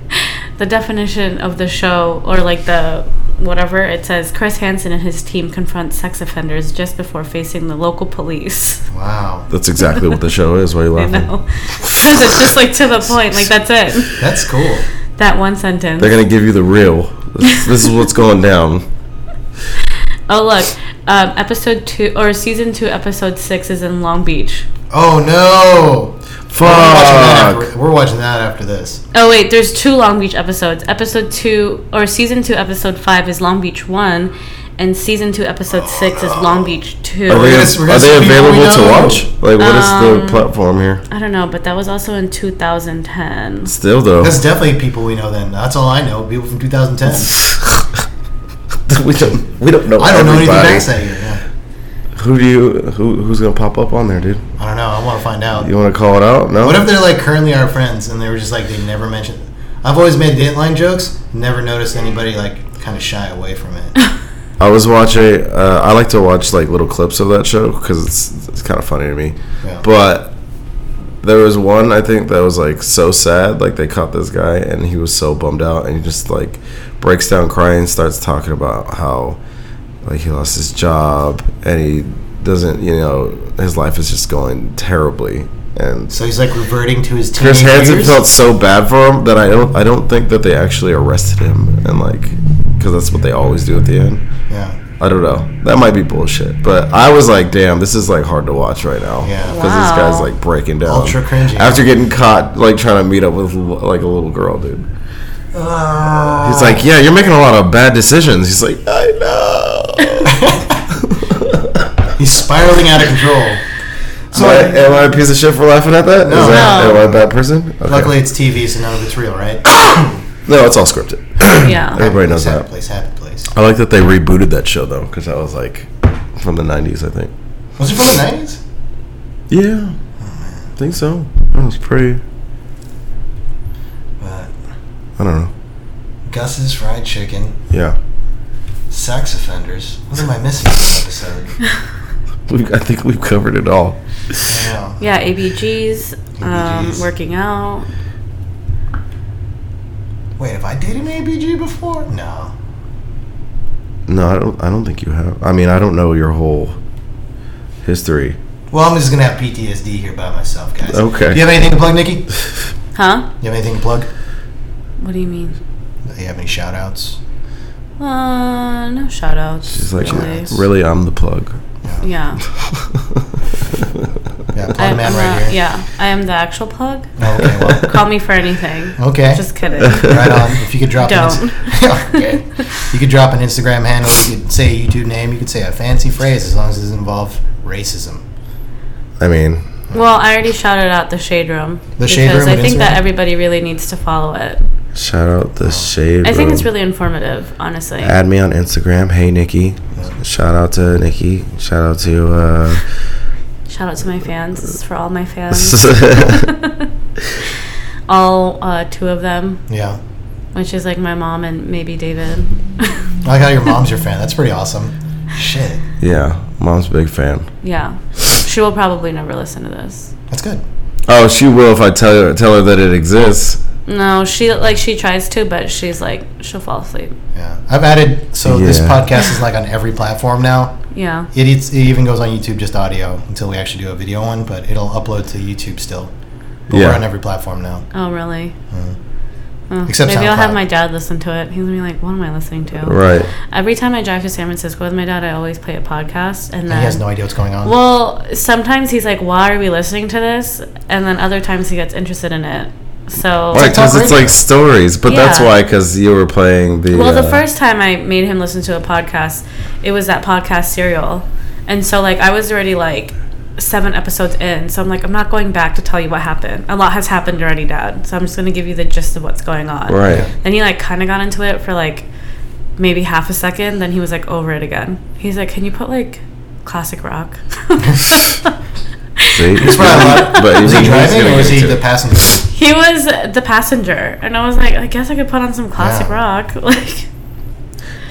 S3: (laughs) the definition of the show, or like the whatever, it says Chris Hansen and his team confront sex offenders just before facing the local police.
S2: Wow.
S1: That's exactly what the show is. Why are you
S3: (laughs) You
S1: laughing?
S3: know? Because it's just like to the point. Like, that's it.
S2: That's cool.
S3: That one sentence.
S1: They're gonna give you the real. This, this is what's going down.
S3: Oh, look. Um, episode two, or season two, episode six is in Long Beach.
S2: Oh no. We're watching that
S1: Fuck.
S2: after, we're watching that after this.
S3: Oh wait, there's two Long Beach episodes. Episode two or season two, episode five is Long Beach one, and season two, episode six is Long Beach two.
S1: Are,
S2: We're
S1: they,
S2: gonna- we're gonna
S1: are they
S2: see people we
S1: available to
S2: know.
S1: watch? Like, what is the platform here?
S3: I don't know, but that was also in 2010.
S1: Still though,
S2: That's definitely people we know then. That's all I know. People from 2010.
S1: (laughs) we don't we don't know.
S2: I don't know anything
S1: everybody.
S2: back that year. Yeah.
S1: Who do you who who's gonna pop up on there, dude?
S2: I don't know. I want to find out.
S1: You want to call it out? No.
S2: What if they're like currently our friends and they were just like they never mentioned I've always made Dateline jokes, never noticed anybody like kind of shy away
S1: (laughs)
S2: from it.
S1: I was watching. Uh, I like to watch like little clips of that show because it's it's kind of funny to me.
S2: Yeah.
S1: But there was one I think that was like so sad. Like they caught this guy and he was so bummed out and he just like breaks down crying, starts talking about how like he lost his job and he doesn't, you know, his life is just going terribly. And
S2: So he's like reverting to his teenage
S1: Chris Hansen
S2: years?
S1: felt so bad for him that I don't I don't think that they actually arrested him and like because that's what they always do at the end.
S2: Yeah.
S1: I don't know. That might be bullshit, but I was like, damn, this is like hard to watch right now.
S2: Yeah.
S1: Because this guy's
S3: Wow.
S1: like breaking down.
S2: Ultra cringy.
S1: After getting caught, like trying to meet up with like a little girl, dude.
S2: Oh.
S1: He's like, yeah, you're making a lot of bad decisions. He's like,
S2: (laughs)
S1: I know.
S2: He's spiraling out of control. So
S1: So I, uh,
S2: like,
S1: am I a piece of shit for laughing at that? Is
S2: No.
S1: that
S3: No.
S1: am I a bad person? Okay.
S2: luckily it's TV, so none of it's real, right?
S1: no, it's all scripted.
S3: Yeah.
S1: Everybody knows
S2: happy
S1: that.
S2: Place, happy place.
S1: I like that they rebooted that show though, because that was like from the '90s, I think.
S2: Was it from the nineties?
S1: Yeah, I think so. That was pretty.
S2: But
S1: I don't know.
S2: Uh, Gus's fried chicken,
S1: Yeah,
S2: sex offenders. What am I missing in this episode?
S1: we I think we've covered it all.
S2: I don't know.
S3: Yeah, ABGs, um,
S2: ABGs.
S3: working out.
S2: Wait, have I dated an ABG before? No.
S1: No, I don't. I don't think you have. I mean, I don't know your whole history.
S2: Well, I'm just gonna have PTSD here by myself, guys.
S1: Okay.
S2: Do you have anything to plug, Nikki? Do
S3: Huh?
S2: you have anything to plug?
S3: What do you mean?
S2: Do you have any shout outs?
S3: Uh, no shout outs.
S1: She's like,
S3: really.
S1: really, I'm the plug.
S3: Yeah.
S2: (laughs) Yeah, plug
S3: I,
S2: man
S3: I'm
S2: right
S3: a-
S2: here.
S3: Yeah, I am the actual plug.
S2: Yeah. Okay, well,
S3: Call me for anything.
S2: okay.
S3: Just kidding.
S2: (laughs) right on. If you could drop An
S3: Don't.
S2: ins- (laughs) okay. You could drop an Instagram handle. You could say a YouTube name. You could say a fancy phrase as long as it doesn't involve racism.
S1: I mean,
S3: Well, I already shouted out the shade room.
S2: The Shade
S3: because
S2: Room
S3: I
S2: on
S3: think
S2: Instagram?
S3: that everybody really needs to follow it.
S1: shout out the shade.
S3: I think
S1: Room.
S3: it's really informative, honestly.
S1: Add me on Instagram. Hey Nikki. Shout out to Nikki. Shout out to. Uh,
S3: Shout out to my fans. This is for all
S2: (laughs)
S3: my fans. (laughs) all uh, two of them,
S2: Yeah.
S3: which is like my mom and maybe David. (laughs)
S2: I like how your mom's your fan. That's pretty awesome. Shit.
S1: yeah, mom's a big fan.
S3: yeah. She will probably never listen to this.
S2: That's good.
S1: Oh, she will if I tell her tell her that it exists.
S3: No, she like she tries to, but she's like she'll fall asleep.
S2: Yeah. I've added, so this
S1: Yeah.
S2: podcast is like on every platform now.
S3: Yeah.
S2: It, it's, it even goes on YouTube just audio until we actually do a video one, but it'll upload to YouTube still. But we're
S1: Yeah.
S2: on every platform now.
S3: Oh, really? Oh,
S2: Except
S3: maybe I'll have
S2: SoundCloud.
S3: my dad listen to it. He's gonna be like, "What am I listening to?"
S1: Right.
S3: Every time I drive to San Francisco with my dad, I always play a podcast, and then
S2: He has no idea what's going on.
S3: Well, sometimes he's like, "Why are we listening to this?" And then other times he gets interested in it. So,
S1: Right, because it's
S2: radio.
S1: like stories, but that's
S3: Yeah.
S1: why because you were playing the.
S3: well, the
S1: uh,
S3: first time I made him listen to a podcast, it was that podcast serial, and so like I was already like seven episodes in, so I'm like, I'm not going back to tell you what happened. A lot has happened already, Dad. So I'm just gonna give you the gist of what's going on.
S1: Right.
S3: Then he like kind of got into it for like maybe half a second. Then he was like over it again. He's like, "Can you put like
S1: (laughs)
S3: classic rock?"
S1: See,
S2: (laughs) That's why I love-
S1: but
S2: was he
S1: he's
S2: driving
S1: gonna
S2: or was
S1: get
S2: he
S1: into
S2: the
S1: it.
S2: passenger?
S3: (laughs) he was the passenger, and I was like, "I guess I could put on some classic
S2: Yeah.
S3: rock." (laughs) Like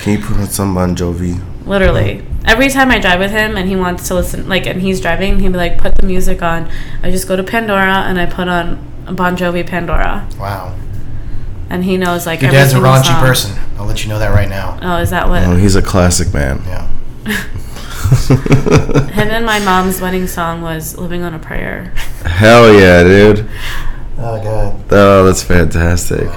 S1: Can you put on some Bon Jovi?
S3: literally, every time I drive with him and he wants to listen, like, and he's driving, he'd be like, "Put the music on." I just go to Pandora and I put on Bon Jovi Pandora,
S2: Wow.
S3: and he knows like
S2: Your
S3: every
S2: dad's a
S3: single
S2: raunchy
S3: song.
S2: person. I'll let you know that right now.
S3: Oh, is that what?
S1: Oh, he's a classic man.
S2: Yeah.
S3: (laughs) Him and my mom's wedding song was "Living on a Prayer."
S1: Hell yeah, dude!
S2: Oh god.
S1: Oh, that's fantastic.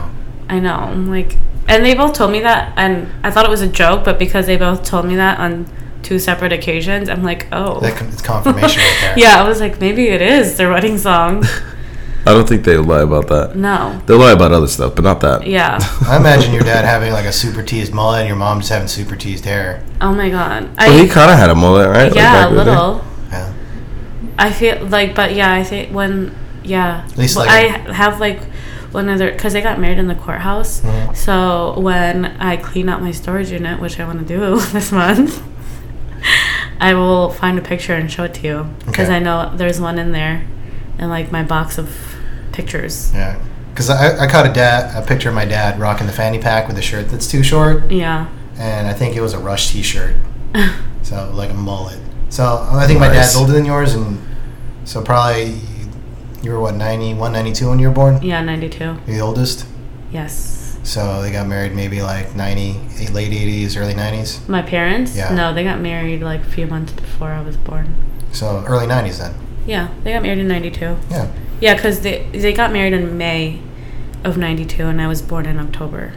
S3: I know. I'm like, and they both told me that, and I thought it was a joke, but because they both told me that on two separate occasions, I'm like, oh.
S2: That con- it's confirmation right there.
S3: (laughs) yeah, I was like, maybe it is their wedding song.
S1: I don't think they lie about that.
S3: No.
S1: They lie about other stuff, but not that. (laughs)
S3: Yeah.
S2: I imagine your dad having like a super teased mullet and your mom just having super teased hair.
S3: Oh my god.
S1: Well, he
S3: I
S1: kind of had a mullet, right? Like
S3: yeah,
S1: back
S3: a
S1: in the day.
S3: little.
S2: Yeah.
S3: I feel like, but yeah, I think when yeah,
S2: least,
S3: Well,
S2: like,
S3: I have like one other because they got married in the courthouse.
S2: Mhm.
S3: So when I clean out my storage unit, which I want to do (laughs) this month, I will find a picture and show it to you because
S2: Okay.
S3: I know there's one in there, and like my box of pictures.
S2: Yeah. Because I, I caught a dad a picture of my dad rocking the fanny pack with a shirt that's too short,
S3: Yeah, (laughs)
S2: and I think it was a Rush T-shirt, so like a mullet. So I think my
S1: Nice.
S2: dad's older than yours, and so probably you were what 91, 92 when you were born.
S3: yeah, ninety-two.
S2: You're the oldest.
S3: Yes,
S2: So they got married maybe like 90, eight- late 80s, early 90s.
S3: my parents.
S2: Yeah.
S3: No, they got married like a few months before I was born.
S2: So early 90s then.
S3: Yeah, they got married in 92.
S2: Yeah.
S3: Yeah, because they, they got married in May of 92, and I was born in October.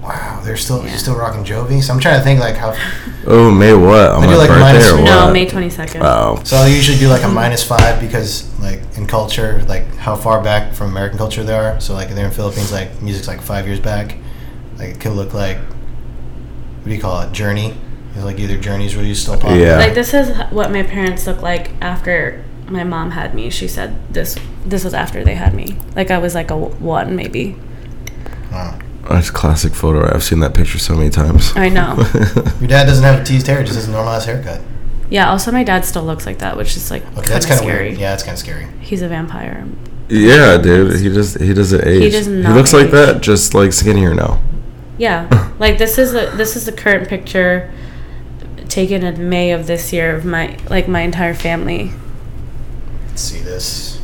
S2: Wow, they're still you're still rocking Jovi. So I'm trying to think like how.
S1: Oh, May what? On
S2: I do
S1: my
S2: like minus-
S1: birthday or what?
S3: (laughs) No, May 22nd.
S1: Oh.
S2: So I usually do like
S3: (laughs)
S2: a minus five because like in culture, like how far back from American culture they are. So like they're in Philippines, like music's like five years back. Like it could look like what do you call it? Journey. It's like either Journey's really still popular.
S1: Yeah.
S3: Like this is what my parents looked like after my mom had me. She said this this was after they had me. Like I was like a w- one maybe.
S2: Wow.
S1: That's a classic photo. I've seen that picture so many times. (laughs)
S3: I know.
S2: Your dad doesn't have a teased hair; just has a normalized haircut.
S3: Yeah. Also, my dad still looks like that, which is like
S2: Okay,
S3: kind of
S2: that's kind of
S3: scary.
S2: weird. Yeah, that's kind of scary.
S3: He's
S2: (laughs)
S3: a vampire.
S1: yeah, dude. He just he doesn't age.
S3: does not
S1: looks like
S3: age.
S1: that, just like skinnier now. (laughs)
S3: Yeah. like this is a, this is the current picture taken in May of this year of my like my entire family. (laughs)
S2: Let's see this.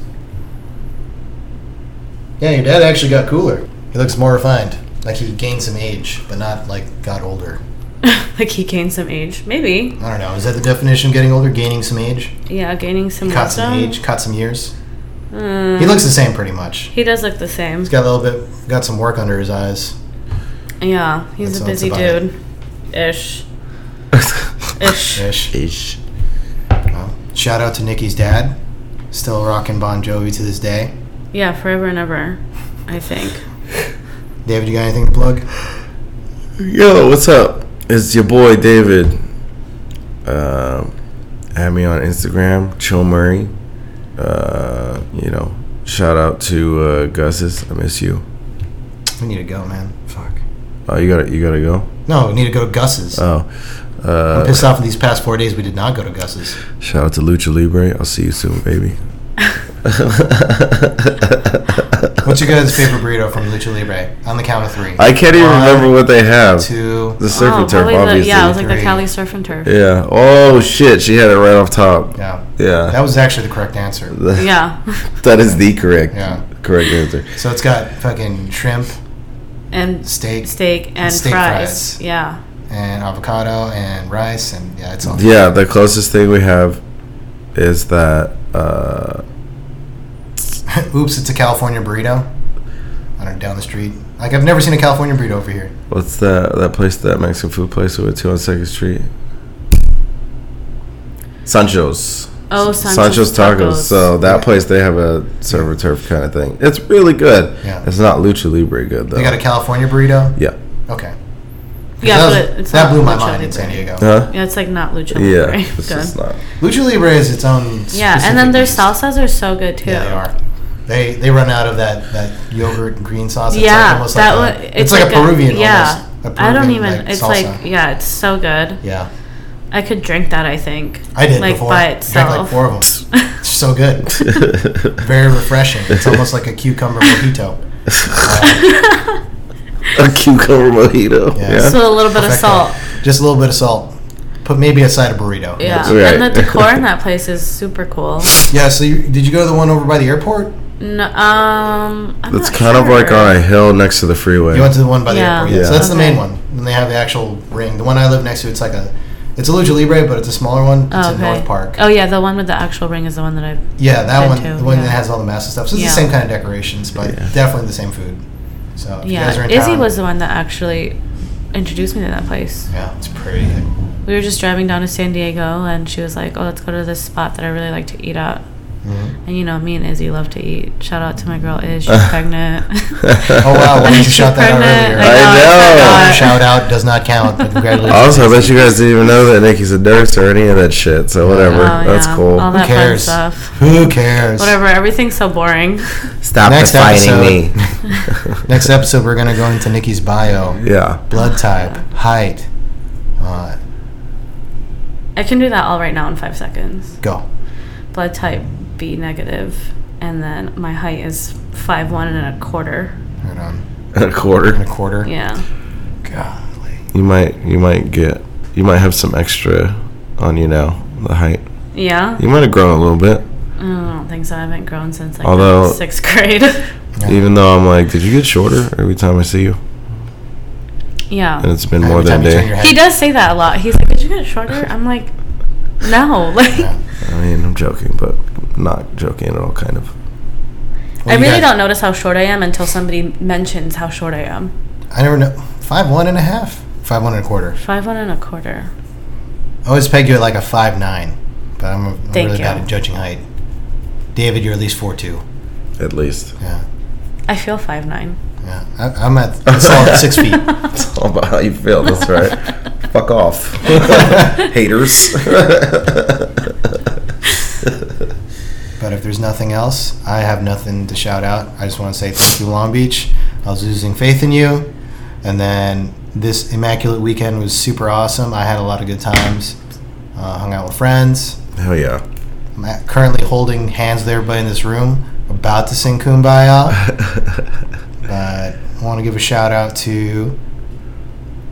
S2: Yeah, your dad actually got cooler. He looks more refined. Like he gained some age, but not like got older.
S3: like he gained some age, maybe.
S2: I don't know. Is that the definition of getting older? Gaining some age?
S3: Yeah, gaining some
S2: Caught some
S3: wisdom.
S2: age, caught some years.
S3: Mm.
S2: He looks the same pretty much.
S3: He does look the same.
S2: He's got a little bit, got some work under his eyes.
S3: Yeah, he's
S2: That's-
S3: a
S2: that's
S3: busy
S2: about it.
S3: dude. Ish. Ish.
S2: Ish.
S1: age.
S2: Well, shout out to Nikki's dad. Still rocking Bon Jovi to this day.
S3: Yeah, forever and ever,
S2: (laughs)
S3: I think.
S2: David, you got anything to plug?
S1: Yo, what's up? It's your boy David. Um, add me on Instagram, Chill Murray. Uh, you know, shout out to uh, Gus's. I miss you.
S2: We need to go, man. Fuck.
S1: Oh, you gotta you gotta go.
S2: No, we need to go to Gus's.
S1: Oh,
S2: I'm
S1: uh,
S2: pissed off that these past four days we did not go to Gus's.
S1: shout out to Lucha Libre. I'll see you soon, baby.
S2: What's your guys' favorite burrito from Lucha Libre? On the count of three.
S1: I can't even
S2: One,
S1: remember what they have.
S2: Two.
S1: The surf and turf,
S3: Oh, probably
S1: obviously.
S3: The, yeah, it was like the
S2: Three.
S3: Cali surf and turf.
S1: Yeah. Oh shit, she had it right off top.
S2: Yeah.
S1: Yeah.
S2: That was actually the correct answer.
S1: (laughs)
S3: Yeah.
S1: that is the correct
S2: Yeah.
S1: correct answer.
S2: So it's got fucking shrimp,
S3: and
S2: steak,
S3: steak and
S2: steak
S3: fries.
S2: fries.
S3: Yeah.
S2: and avocado and rice and yeah, it's all.
S1: Yeah, the closest thing we have is that uh
S2: (laughs) Oops, it's a California burrito. I don't know, down the street. Like I've never seen a California burrito over here.
S1: what's that that place that Mexican food place we went to on Second Street? Sancho's.
S3: Oh,
S1: Sancho's,
S3: Sancho's,
S1: Tacos. So that
S2: Yeah.
S1: place they have a serve and turf kind of thing. It's really good.
S2: Yeah.
S1: It's not lucha libre good though.
S2: They got a California burrito.
S1: yeah.
S2: Okay.
S3: yeah,
S2: that,
S3: but
S2: was-
S3: it's
S2: that
S3: not
S2: blew my
S3: Lucha
S2: mind in
S3: Libre.
S2: San Diego.
S1: Huh?
S3: Yeah, it's like not lucha.
S1: Yeah.
S3: Libre.
S1: It's
S3: Good.
S1: just not.
S2: Lucha Libre is its own.
S3: yeah, and
S2: specific
S3: then their
S2: beast.
S3: salsas are so good too.
S2: Yeah, they are. They they run out of that, that yogurt and green sauce. It's
S3: Yeah,
S2: like almost
S3: that
S2: like
S3: one.
S2: a, it's, like, a Peruvian.
S3: Yeah,
S2: almost. A
S3: I don't
S2: Peruvian,
S3: even. it's
S2: salsa.
S3: like yeah, it's so good.
S2: yeah.
S3: I could drink that. I think.
S2: I did
S3: like
S2: before.
S3: by
S2: I drank like
S3: itself.
S2: four
S3: (laughs)
S2: of them. It's so good. (laughs) Very refreshing. (laughs) It's almost like a cucumber mojito. Uh,
S1: (laughs) a cucumber mojito.
S2: Yeah.
S1: Yeah.
S3: So a little bit of
S2: perfecto.
S3: salt.
S2: Just a little bit of salt. Put maybe a side of burrito.
S3: Yeah,
S1: Right.
S3: and the decor
S1: (laughs)
S3: in that place is super cool.
S2: Yeah. So you, did you go to the one over by the airport?
S3: No, um, I'm
S1: It's
S3: not
S1: kind of like
S3: sure.
S1: on a hill next to the freeway.
S2: You went to the one by the
S3: Yeah.
S2: airport. Yeah. So
S1: Yeah.
S2: that's the main
S3: Okay.
S2: one. And they have the actual ring. The one I live next to, it's like a, it's a Lucha Libre, but it's a smaller one. It's in North Park.
S3: Oh yeah, the one with the actual ring is the one that I've.
S2: Yeah, that
S3: Good
S2: one,
S3: too,
S2: the one
S3: yeah.
S2: that has all the massive stuff. So it's
S3: Yeah.
S2: the same kind of decorations, but
S1: Yeah.
S2: definitely the same food. So if you guys are
S3: Yeah,
S2: in
S3: Izzy
S2: town-
S3: was the one that actually introduced me to that place.
S2: Yeah, it's pretty good.
S3: We were just driving down to San Diego, and she was like, "Oh, let's go to this spot that I really like to eat at."
S2: Mhm.
S3: And you know, me and Izzy love to eat. Shout out to my girl
S1: (laughs)
S3: Iz, she's pregnant.
S2: Oh wow! Why didn't you
S3: She's
S2: shout that out
S3: pregnant.
S2: earlier?
S1: I know.
S3: I know.
S2: Shout out does not count. But congratulations.
S1: Also, I bet you guys didn't even know that Nikki's a nurse or any of that shit. So whatever, that's cool.
S3: Oh,
S1: (laughs)
S3: All that
S2: cares?
S3: fun stuff.
S2: Who cares?
S3: Whatever. Everything's so boring. (laughs)
S1: Stop
S2: Next
S1: defining me.
S2: Next episode, we're gonna go into Nikki's bio,
S1: yeah, (laughs)
S2: blood type, height. Uh,
S3: I can do that all right now in five seconds.
S2: go.
S3: Blood type B negative, and then my height is five one and a quarter.
S2: Right on.
S1: a
S2: And
S1: quarter.
S2: a quarter.
S3: Yeah.
S2: Golly.
S1: You might, you might get, you might have some extra on you now. The height.
S3: Yeah.
S1: You might have grown a little bit.
S3: I don't think so. I haven't grown since like
S1: Although-
S3: sixth grade. (laughs)
S2: Yeah.
S1: Even though I'm like, did you get shorter every time I see you? And
S3: yeah.
S1: it's been
S2: Every
S1: more than
S2: time
S1: a
S2: you turn
S1: day.
S2: your
S3: He
S2: head.
S3: does say that a lot. He's like, "Did you get shorter?" I'm like, "No." (laughs) Like,
S2: Yeah.
S1: I mean, I'm joking, but not joking at all, kind of.
S3: I
S2: you
S3: really
S2: got-
S3: don't notice how short I am until somebody mentions how short I am.
S2: I never know. Five one and a half. Five one and a quarter.
S3: Five one and a quarter.
S2: I always pegged you at like a five nine, but I'm, I'm
S3: Thank
S2: really
S3: you.
S2: bad at judging height. David, you're at least four two.
S1: At least
S2: Yeah,
S3: I feel five nine.
S2: yeah. I, I'm at a solid six feet.
S1: (laughs) it's all about Oh, how you feel. That's
S2: (laughs)
S1: right. Fuck off, haters.
S2: But if there's nothing else, I have nothing to shout out. I just want to say thank you, Long Beach. I was losing faith in you. And then this immaculate weekend was super awesome. I had a lot of good times. Uh, hung out with friends.
S1: Hell yeah.
S2: I'm at- currently holding hands with everybody in this room, about to sing Kumbaya. but I want to give a shout out to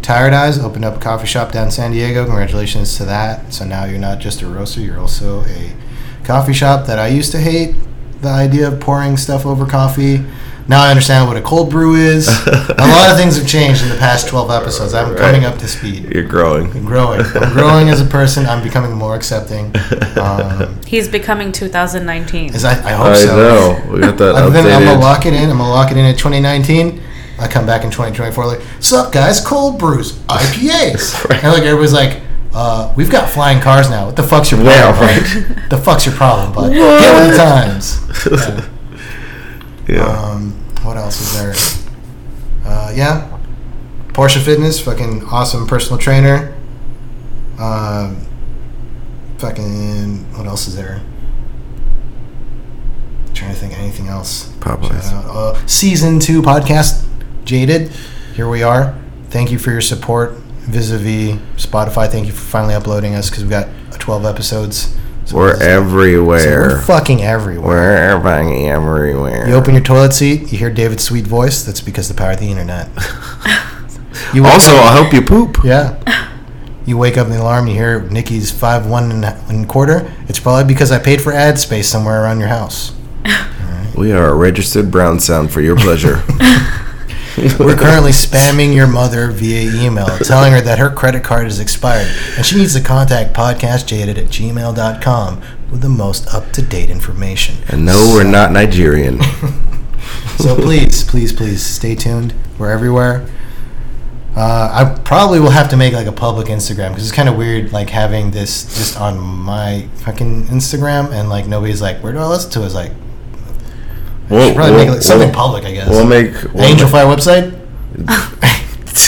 S2: Tired Eyes, opened up a coffee shop down in San Diego. Congratulations to that. So now you're not just a roaster, you're also a coffee shop that I used to hate the idea of pouring stuff over coffee. Now I understand what a cold brew is. a lot of things have changed in the past 12 episodes. I'm coming up to speed.
S1: You're growing.
S2: I'm growing. I'm growing as a person. I'm becoming more accepting. Um,
S3: He's becoming 2019.
S2: is I, I
S1: (laughs)
S2: hope
S1: I
S2: so.
S1: know. We got that
S2: I'm, gonna, I'm gonna
S1: updated.
S2: lock it in. I'm gonna lock it in at 2019. I come back in 2024 like, sup guys, cold brews, IPAs,
S1: (laughs) Right.
S2: and like everybody's like, uh, we've got flying cars now. What the fuck's your
S1: Yeah,
S2: problem? bud? (laughs) The fuck's your
S1: (laughs)
S2: problem, bud? Get with the times.
S1: (laughs)
S2: Yeah.
S1: yeah.
S2: Um, what else is there? Uh, yeah, Porsche Fitness, fucking awesome personal trainer. Um, fucking what else is there? trying to think of anything else.
S1: Popeyes.
S2: Shout out. Uh, season two podcast, Jaded. Here we are. Thank you for your support vis-a-vis Spotify. Thank you for finally uploading us because we got 12 episodes. So
S1: We're
S2: this is- We're
S1: everywhere.
S2: fucking everywhere.
S1: We're everything everywhere.
S2: You open your toilet seat, you hear David's sweet voice. That's because the power of the internet. You
S1: (laughs) (laughs)
S2: wake
S1: also, uh,
S2: up-
S1: I'll help you poop.
S2: yeah. You wake up in the alarm, you hear Nikki's five one and, and quarter. It's probably because I paid for ad space somewhere around your house.
S1: We are a registered brown sound for your pleasure.
S2: (laughs) We're currently spamming your mother via email, telling her that her credit card is expired and she needs to contact podcastjaded at gmail.com with the most up to date information.
S1: (laughs) And no, we're not Nigerian.
S2: So please, please, please stay tuned. We're everywhere. Uh, I probably will have to make like a public Instagram because it's kind of weird like having this just on my fucking Instagram and like nobody's like, where do I listen to? It's like
S1: We'll,
S2: probably make like, something
S1: we'll-
S2: public, I guess.
S1: We'll make we'll
S2: Angel
S1: make- (laughs)
S2: Fire website (laughs)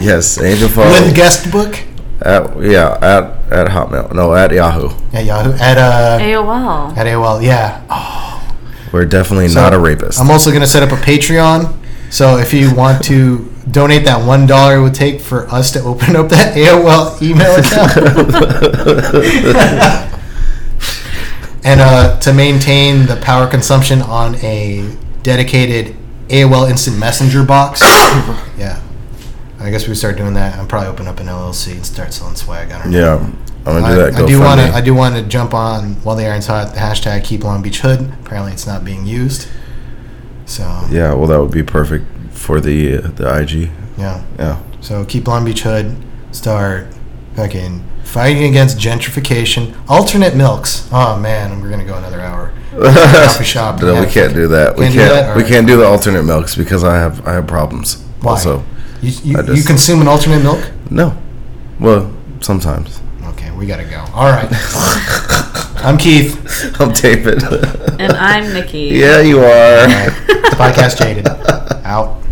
S1: yes, Angel
S2: with
S1: Fire.
S2: guest book
S1: At, yeah, at at Hotmail. No, at Yahoo.
S2: at Yahoo at uh
S3: AOL.
S2: at AOL. Yeah,
S1: We're definitely not a rapist.
S2: I'm also going to set up a Patreon. So if you want to donate that one dollar it would take for us to open up that AOL email account, (laughs) and uh, to maintain the power consumption on a dedicated AOL Instant Messenger box, (coughs) yeah. I guess we start doing that. I'll probably open up an LLC and start selling swag. I don't know.
S1: yeah, I'm gonna do that.
S2: I, I do
S1: GoFundMe.
S2: want to. I do want to jump on while the iron's hot. The hashtag keep Long Beach Hood. Apparently, it's not being used. So yeah.
S1: Yeah, well, that would be perfect for the uh, the IG. Yeah,
S2: So keep Long Beach Hood. Start fucking fighting against gentrification. Alternate milks. Oh man, we're gonna go
S1: (laughs)
S2: another hour. Coffee shop.
S1: no, we
S2: yeah.
S1: can't do that. We
S2: Can't
S1: can't.
S2: do that?
S1: We
S2: Alright.
S1: can't do the alternate milks because I have I have problems.
S2: Why?
S1: Also,
S2: You, you,
S1: I
S2: you
S1: just-
S2: consume an alternate milk?
S1: no. Well, sometimes.
S2: Okay, we gotta go. All
S1: (laughs)
S2: right. I'm Keith.
S1: I'm David.
S3: And I'm Nikki.
S1: (laughs) yeah, you are.
S2: Podcast jaded. Out.